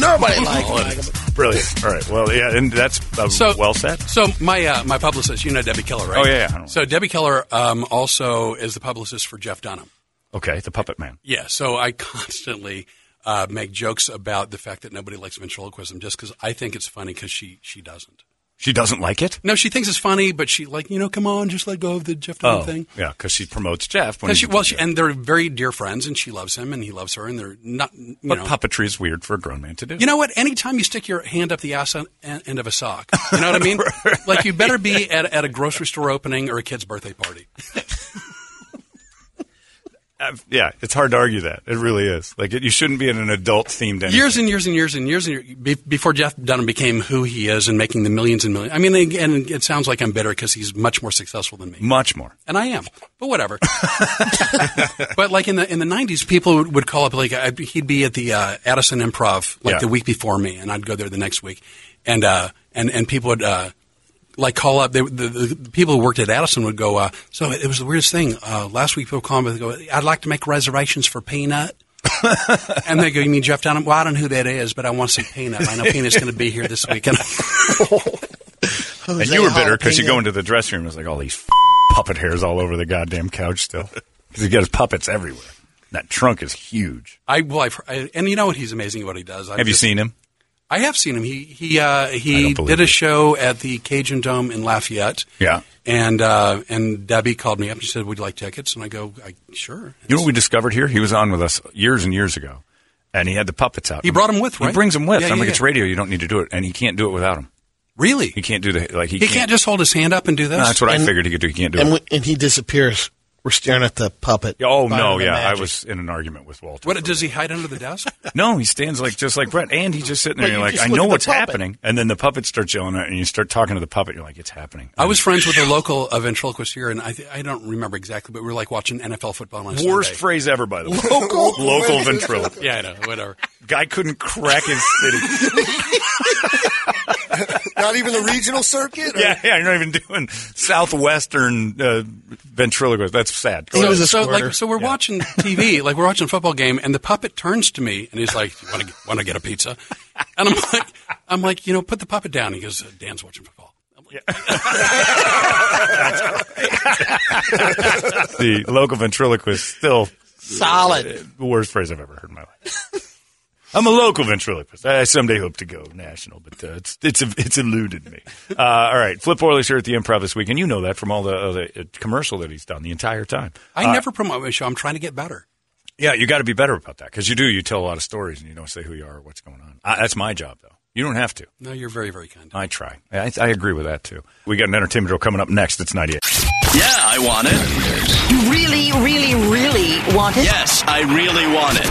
Nobody likes
All
Michael.
it is. Brilliant. All right. Well, yeah, and that's uh,
So-
well said.
So my uh, my publicist, you know Debbie Keller, right?
Oh, yeah, yeah, I know.
So Debbie Keller um, also is the publicist for Jeff Dunham.
Okay, the puppet man.
Yeah, so I constantly uh, make jokes about the fact that nobody likes ventriloquism just because I think it's funny because she she doesn't.
She doesn't like it?
No, she thinks it's funny, but she like you know, come on, just let go of the Jeff Dunham
Oh,
thing.
yeah, because she promotes Jeff.
And she, well, she, and they're very dear friends, and she loves him, and he loves her, and they're not. You
but
know,
puppetry is weird for a grown man to do.
You know what? Anytime you stick your hand up the ass en- end of a sock, you know what I mean? Like you better be at, at a grocery store opening or a kid's birthday party.
Uh, yeah, it's hard to argue that. It really is. Like, it, you shouldn't be in an adult themed anything.
Years and years and years and years and years, be- before Jeff Dunham became who he is and making the millions and millions. I mean, and it sounds like I'm bitter because he's much more successful than me.
Much more.
and I am, but whatever. but like in the in the nineties, people would, would call up like I'd, be- he'd be at the uh, Addison Improv like
Yeah.
the week before me, and I'd go there the next week, and uh, and and people would. Uh, like call up they, the, the, the people who worked at Addison would go. Uh, so it was the weirdest thing. Uh, last week, people called me. They go, "I'd like to make reservations for Peanut," and they go, "You mean Jeff Dunham? Well, I don't know who that is, but I want to see Peanut. I know Peanut's going to be here this week." And
and you were bitter because you go into the dressing room and it's like all these f- puppet hairs all over the goddamn couch still. Because he got puppets everywhere. That trunk is huge.
I well, I've, I, and you know what? He's amazing at what he does. I've
Have you
just-
seen him?
I have seen him. He he uh, he
believe
did a show at the Cajun Dome in Lafayette,
Yeah.
and uh, and Debbie called me up and she said, "Would you like tickets?" And I go, I, "Sure."
You know what we discovered here? He was on with us years and years ago, and he had the puppets out.
He brought 'em with,
He
right?
brings them with.
Yeah,
I'm
yeah,
like,
yeah.
it's radio. You don't need to do it, and he can't do it without him.
Really?
He can't do the like. He,
He, can't, just hold his hand up and do this.
No, that's what I
And-
figured he could do. He can't do
and,
it.
we, and he disappears. We're staring at the puppet.
oh
Fire
no,
the
yeah,
magic.
I was in an argument with Walter.
What does he hide under the desk?
No, he stands like just like Brett, and he's just sitting there.
But
and
you
you're like,
just
I
look
know
at the
what's
puppet.
happening, and then the puppet starts yelling, at it, and you start talking to the puppet. You're like, it's happening.
I was friends with a local uh, ventriloquist here, and I th- I don't remember exactly, but we were like watching NFL football. On a
Worst
Sunday.
phrase ever, by the way. Local, local ventriloquist.
Yeah, I know. Whatever.
Guy couldn't crack his city.
Not even the regional circuit? or-
yeah, yeah, you're not even doing southwestern uh, ventriloquist. That's sad. Go
So,
ahead.
so, like, so we're watching TV, like we're watching a football game, and the puppet turns to me and he's like, "You want to want to get a pizza?" And I'm like, "I'm like, you know, put the puppet down." He goes, "Dan's watching football."
the local ventriloquist still
Solid.
Uh, The worst phrase I've ever heard in my life. I'm a local ventriloquist. I someday hope to go national, but uh, it's it's it's eluded me. Uh, all right, Flip Orlish here at the Improv this week, and you know that from all the, uh, the uh, commercial that he's done the entire time.
I
Uh,
never promote my show. I'm trying to get better.
Yeah, you got to be better about that because you do. You tell a lot of stories, and you don't say who you are or what's going on. I, that's my job, though. You don't have to.
No, you're very, very kind.
I try. I, I agree with that too. We got an entertainment drill coming up next. It's 98.
Yeah, I want it.
You really, really, really want it?
Yes, I really want it.